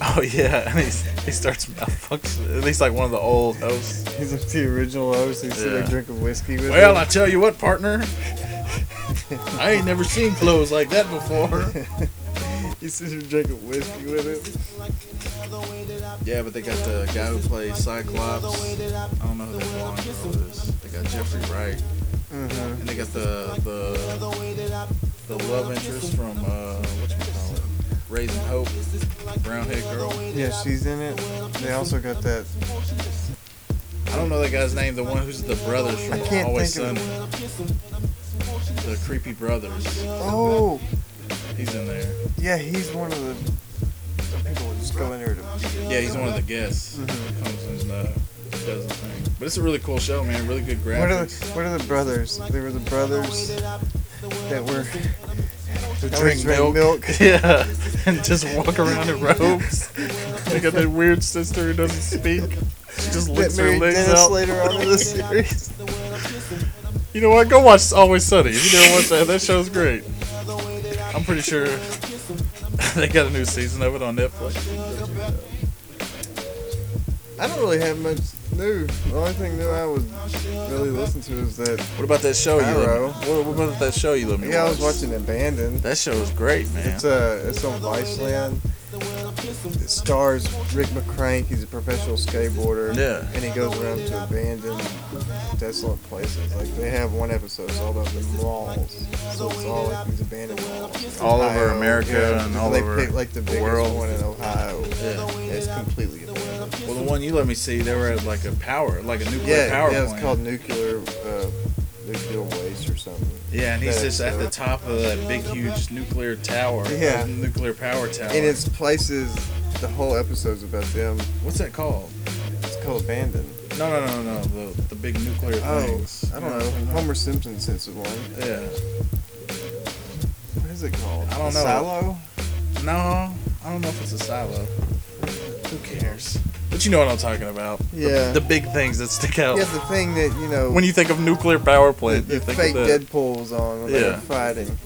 [SPEAKER 5] Oh yeah, and he's, he starts malfunctioning. At least like one of the old hosts.
[SPEAKER 6] He's like the original host. He's sitting
[SPEAKER 5] Yeah.
[SPEAKER 6] there drinking whiskey with
[SPEAKER 5] Well, I
[SPEAKER 6] him.
[SPEAKER 5] tell you what, partner, I ain't never seen clothes like that before.
[SPEAKER 6] He's sitting there drinking whiskey with him.
[SPEAKER 5] Yeah, but they got the guy who plays Cyclops. I don't know who that blonde girl is. They got Jeffrey Wright,
[SPEAKER 6] Mm-hmm.
[SPEAKER 5] and they got the the the love interest from uh, what you call it, Raising Hope, brown haired girl.
[SPEAKER 6] Yeah, she's in it. They also got that.
[SPEAKER 5] I don't know that guy's name. The one who's the brothers from
[SPEAKER 6] I can't
[SPEAKER 5] Always
[SPEAKER 6] think
[SPEAKER 5] Sunny. The creepy brothers.
[SPEAKER 6] Oh,
[SPEAKER 5] He's in there.
[SPEAKER 6] yeah, he's one of the, the people who just go in there to.
[SPEAKER 5] Yeah, he's one of the guests.
[SPEAKER 6] Mhm.
[SPEAKER 5] Comes and uh, does the thing. But it's a really cool show, man. Really good
[SPEAKER 6] What are the
[SPEAKER 5] graphics.
[SPEAKER 6] What are the brothers? They were the brothers that were.
[SPEAKER 5] To
[SPEAKER 6] that was drink milk.
[SPEAKER 5] Yeah, and just walk around in robes. they got that weird sister who doesn't speak. She just
[SPEAKER 6] That
[SPEAKER 5] licks her
[SPEAKER 6] married
[SPEAKER 5] legs
[SPEAKER 6] Dennis
[SPEAKER 5] out.
[SPEAKER 6] later on in the series.
[SPEAKER 5] You know what? Go watch Always Sunny. If you never watch that, that show's great. I'm pretty sure they got a new season of it on Netflix.
[SPEAKER 6] I don't really have much new. The only thing new I would really listen to is that.
[SPEAKER 5] What about that show you?
[SPEAKER 6] Arrow.
[SPEAKER 5] let me- What, what about that show you let me
[SPEAKER 6] Yeah, I was
[SPEAKER 5] watch?
[SPEAKER 6] watching Abandoned.
[SPEAKER 5] That show is great, man.
[SPEAKER 6] It's uh, it's on Viceland. It stars Rick McCrank. He's a professional skateboarder.
[SPEAKER 5] Yeah.
[SPEAKER 6] And he goes around to abandoned, desolate places. Like they have one episode it's all about the malls. So it's all like these abandoned malls.
[SPEAKER 5] All over
[SPEAKER 6] Ohio,
[SPEAKER 5] America and all
[SPEAKER 6] they
[SPEAKER 5] over
[SPEAKER 6] pick like the
[SPEAKER 5] the
[SPEAKER 6] biggest
[SPEAKER 5] world.
[SPEAKER 6] one in Ohio.
[SPEAKER 5] Yeah.
[SPEAKER 6] And It's completely abandoned.
[SPEAKER 5] Well, the one you let me see, they were at like a power, like a nuclear
[SPEAKER 6] Yeah.
[SPEAKER 5] power
[SPEAKER 6] yeah. It's
[SPEAKER 5] plant.
[SPEAKER 6] called nuclear uh, nuclear waste or something.
[SPEAKER 5] yeah, and he's
[SPEAKER 6] that
[SPEAKER 5] just at the
[SPEAKER 6] episode.
[SPEAKER 5] top of that big, huge nuclear tower.
[SPEAKER 6] Yeah.
[SPEAKER 5] uh, nuclear power tower.
[SPEAKER 6] And it's places. The whole episode's about them.
[SPEAKER 5] What's that called?
[SPEAKER 6] It's called abandoned.
[SPEAKER 5] No, no, no, no, no. The, the big nuclear
[SPEAKER 6] Oh,
[SPEAKER 5] things.
[SPEAKER 6] I don't know. Homer Simpson sense of one.
[SPEAKER 5] Yeah.
[SPEAKER 6] What is it called?
[SPEAKER 5] I don't
[SPEAKER 6] A
[SPEAKER 5] know.
[SPEAKER 6] Silo?
[SPEAKER 5] No, I don't know if it's a silo. Who cares? But you know what I'm talking about. The-
[SPEAKER 6] Yeah.
[SPEAKER 5] The, big things that stick out.
[SPEAKER 6] Yeah, the thing that you know.
[SPEAKER 5] When you think of nuclear power
[SPEAKER 6] the,
[SPEAKER 5] plant,
[SPEAKER 6] the
[SPEAKER 5] you think
[SPEAKER 6] fake
[SPEAKER 5] of that.
[SPEAKER 6] Deadpool's on when
[SPEAKER 5] Yeah.
[SPEAKER 6] they're fighting,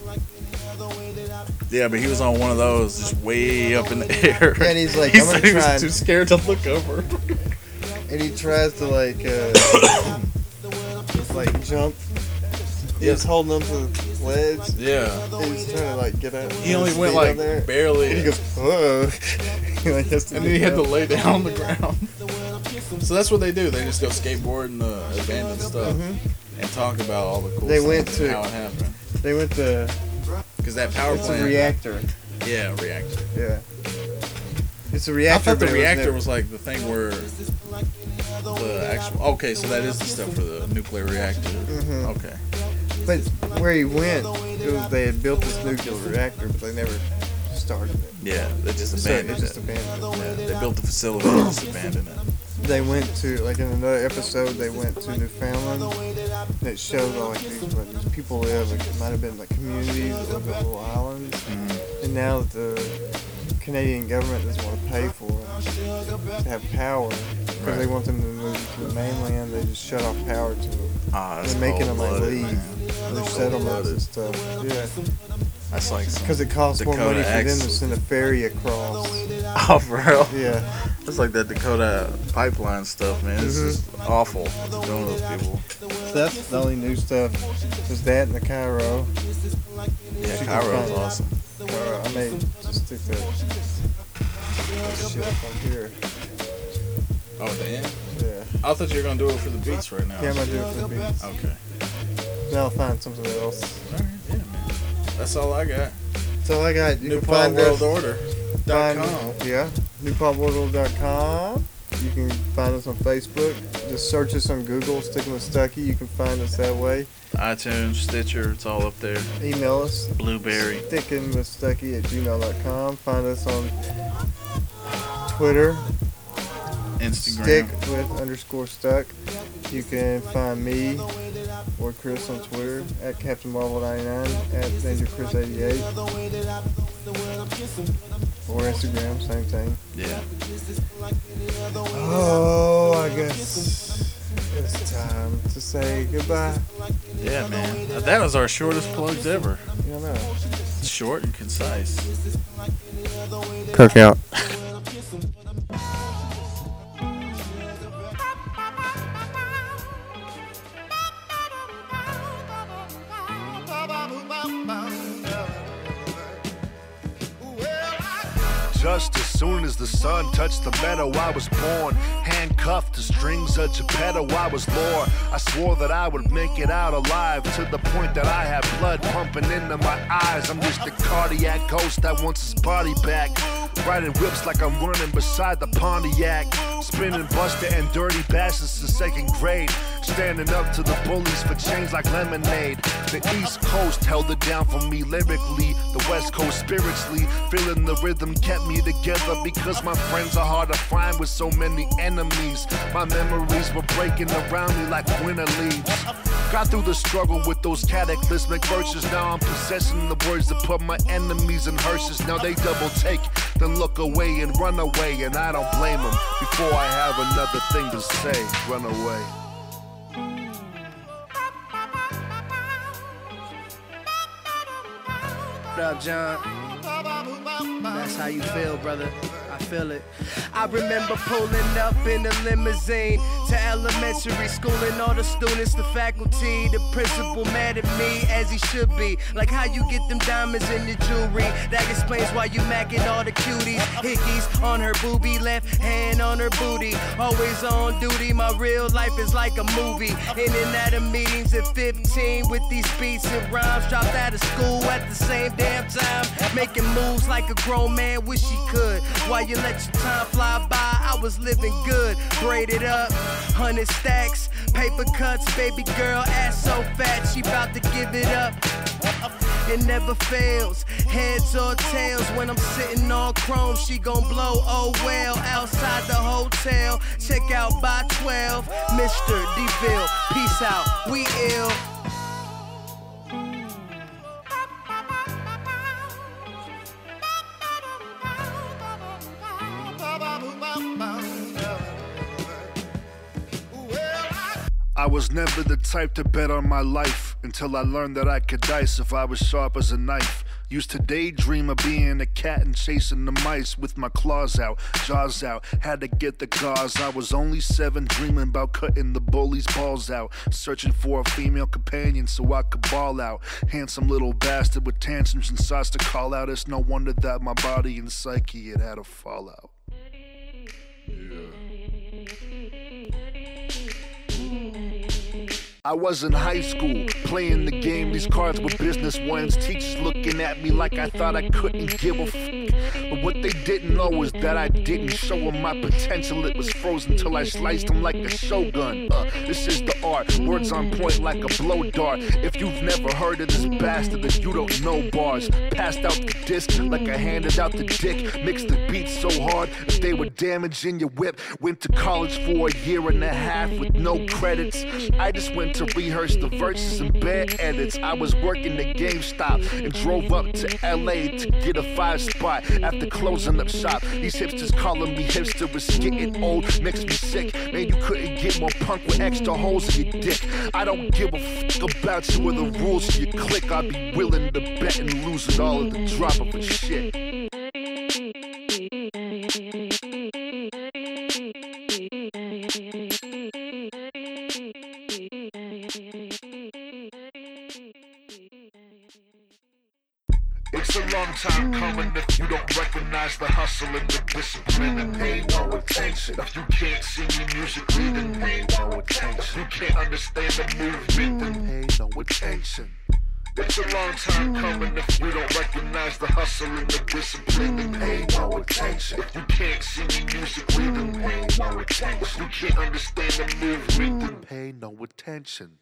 [SPEAKER 5] Yeah, but he was on one of those, just way up in the air.
[SPEAKER 6] Yeah, and he's like,
[SPEAKER 5] he
[SPEAKER 6] "I'm gonna
[SPEAKER 5] said he
[SPEAKER 6] try and-"
[SPEAKER 5] was too scared to look over.
[SPEAKER 6] and he tries to like, uh, like jump. He's
[SPEAKER 5] Yes.
[SPEAKER 6] holding onto the ledge.
[SPEAKER 5] Yeah.
[SPEAKER 6] He's trying to like get out.
[SPEAKER 5] He only went
[SPEAKER 6] speed
[SPEAKER 5] like
[SPEAKER 6] on there.
[SPEAKER 5] barely.
[SPEAKER 6] And he goes, whoa. he like has to
[SPEAKER 5] and then he had to
[SPEAKER 6] get
[SPEAKER 5] lay down on the ground.
[SPEAKER 6] up.
[SPEAKER 5] them. So that's what they do. They just go skateboarding the abandoned stuff and talk about all the
[SPEAKER 6] Mm-hmm.
[SPEAKER 5] cool.
[SPEAKER 6] They
[SPEAKER 5] stuff
[SPEAKER 6] went
[SPEAKER 5] and
[SPEAKER 6] to-
[SPEAKER 5] how it happened
[SPEAKER 6] They went to
[SPEAKER 5] because that power
[SPEAKER 6] it's
[SPEAKER 5] plant.
[SPEAKER 6] a reactor.
[SPEAKER 5] yeah, reactor.
[SPEAKER 6] Yeah. It's a
[SPEAKER 5] I
[SPEAKER 6] reactor.
[SPEAKER 5] thought the
[SPEAKER 6] but it
[SPEAKER 5] reactor
[SPEAKER 6] never-
[SPEAKER 5] was like the thing where the actual. Okay, so that is the stuff for the nuclear reactor.
[SPEAKER 6] Mm-hmm.
[SPEAKER 5] Okay.
[SPEAKER 6] But where he went, it was they had built this nuclear reactor, but they never started it.
[SPEAKER 5] Yeah, they just
[SPEAKER 6] So it
[SPEAKER 5] abandoned
[SPEAKER 6] just
[SPEAKER 5] it.
[SPEAKER 6] abandoned. it.
[SPEAKER 5] Yeah, they built the facility and just abandoned it.
[SPEAKER 6] They went to like in another episode, they went to Newfoundland. and It showed all like these, like, these people live. Like, it might have been like communities that live on little islands,
[SPEAKER 5] Mm-hmm.
[SPEAKER 6] and now that the Canadian government doesn't want to pay for them to have power because they
[SPEAKER 5] Right.
[SPEAKER 6] want them to move to the mainland. They just shut off power to them.
[SPEAKER 5] Ah, that's
[SPEAKER 6] They're making them like
[SPEAKER 5] cold-blooded,
[SPEAKER 6] leave
[SPEAKER 5] man.
[SPEAKER 6] their settlements and stuff. Yeah.
[SPEAKER 5] That's like some-
[SPEAKER 6] Because it costs more
[SPEAKER 5] Dakota
[SPEAKER 6] money for them
[SPEAKER 5] X.
[SPEAKER 6] to send a ferry across.
[SPEAKER 5] Oh, for real?
[SPEAKER 6] Yeah.
[SPEAKER 5] That's like that Dakota pipeline stuff, man. This is awful. What you're doing to Mm-hmm. those people.
[SPEAKER 6] So that's the only new stuff. There's that and the Cairo.
[SPEAKER 5] Yeah,
[SPEAKER 6] Chicken
[SPEAKER 5] Cairo's
[SPEAKER 6] fries.
[SPEAKER 5] awesome.
[SPEAKER 6] Cairo. I may just stick that that shit up on here.
[SPEAKER 5] Oh, damn.
[SPEAKER 6] Yeah.
[SPEAKER 5] I thought you were gonna do it for the beats right now.
[SPEAKER 6] Yeah, I'm gonna do it for the beats.
[SPEAKER 5] Okay.
[SPEAKER 6] Then I'll find something else.
[SPEAKER 5] All right, yeah, man. That's all I got.
[SPEAKER 6] So I got you
[SPEAKER 5] New
[SPEAKER 6] can
[SPEAKER 5] Pod
[SPEAKER 6] find
[SPEAKER 5] World
[SPEAKER 6] us.
[SPEAKER 5] Order. Dot
[SPEAKER 6] Find,
[SPEAKER 5] com.
[SPEAKER 6] yeah. NewPopWorld.com. You can find us on Facebook. Just search us on Google. Sticking with Stucky. You can find us that way.
[SPEAKER 5] iTunes, Stitcher, it's all up there.
[SPEAKER 6] Email us.
[SPEAKER 5] Blueberry.
[SPEAKER 6] Sticking with Stucky at gmail.com. Find us on Twitter,
[SPEAKER 5] Instagram.
[SPEAKER 6] stick with underscore stuck. You can find me or Chris on Twitter at Captain Marvel 99, at Danger Chris 88, or Instagram, same thing.
[SPEAKER 5] Yeah.
[SPEAKER 6] Oh, I guess it's time to say goodbye.
[SPEAKER 5] Yeah, man. Uh, That was our shortest plugs ever.
[SPEAKER 6] You know.
[SPEAKER 5] Short and concise.
[SPEAKER 6] Kirk out.
[SPEAKER 7] Just as soon as the sun touched the meadow, I was born. Handcuffed to strings of Geppetto, I was lore. I swore that I would make it out alive to the point that I have blood pumping into my eyes. I'm just a cardiac ghost that wants his body back. Riding whips like I'm running beside the Pontiac. Spinning Buster and Dirty Bastards to second grade. Standing up to the bullies for change like lemonade. The East Coast held it down for me lyrically. The West Coast spiritually. Feeling the rhythm kept me together because my friends are hard to find with so many enemies. My memories were breaking around me like winter leaves. Got through the struggle with those cataclysmic verses. Now I'm possessing the words that put my enemies in hearses. Now they double take, then look away and run away. And I don't blame them before I have another thing to say. Run away.
[SPEAKER 8] What up, John? That's how you feel, brother. I feel it. I remember pulling up in a limousine to elementary school and all the students, the faculty, the principal mad at me as he should be. Like how you get them diamonds in your jewelry. That explains why you macking all the cuties. Hickeys on her boobie, left hand on her booty. Always on duty, my real life is like a movie. In and out of meetings at 15 with these beats and rhymes. Dropped out of school at the same damn time. Making moves like a grown man wish he could. While you let your time fly by, I was living good. Braided up, hundred stacks, paper cuts, baby girl ass so fat she bout to give it up. It never fails, heads or tails. When I'm sitting on chrome, she gon' blow. Oh well, outside the hotel, check out by 12. Mr. DeVille, peace out. We ill.
[SPEAKER 7] I was never the type to bet on my life until I learned that I could dice if I was sharp as a knife. Used to daydream of being a cat and chasing the mice with my claws out, jaws out. Had to get the gauze. I was only seven, dreaming about cutting the bully's balls out. Searching for a female companion so I could ball out. Handsome little bastard with tantrums and starts to call out. It's no wonder that my body and psyche had had a fallout. I was in high school, playing the game. These cards were business ones. Teachers looking at me like I thought I couldn't give a f. But what they didn't know was that I didn't show 'em my potential. It was frozen till I sliced 'em like a shogun. Uh, this is the art. Words on point like a blow dart. If you've never heard of this bastard, then you don't know bars. Passed out the disc like I handed out the dick. Mixed the beats so hard that they were damaging your whip. Went to college for a year and a half with no credits. I just went to rehearse the verses and bad edits. I was working at GameStop and drove up to LA to get a five spot after closing up shop. These hipsters calling me hipster was getting old, makes me sick. Man, you couldn't get more punk with extra holes in your dick. I don't give a f about you or the rules of your clique. I'd be willing to bet and lose it all at the drop of a shit. It's a long time coming if you don't recognize the hustle and the discipline and pay no attention. If you can't see me musically, then pay no attention. You can't understand the movement, then pay no attention. It's a long time coming if you don't recognize the hustle and the discipline, then pay no attention. If you can't see me musically, then pay no attention. You can't understand the movement, then pay no attention.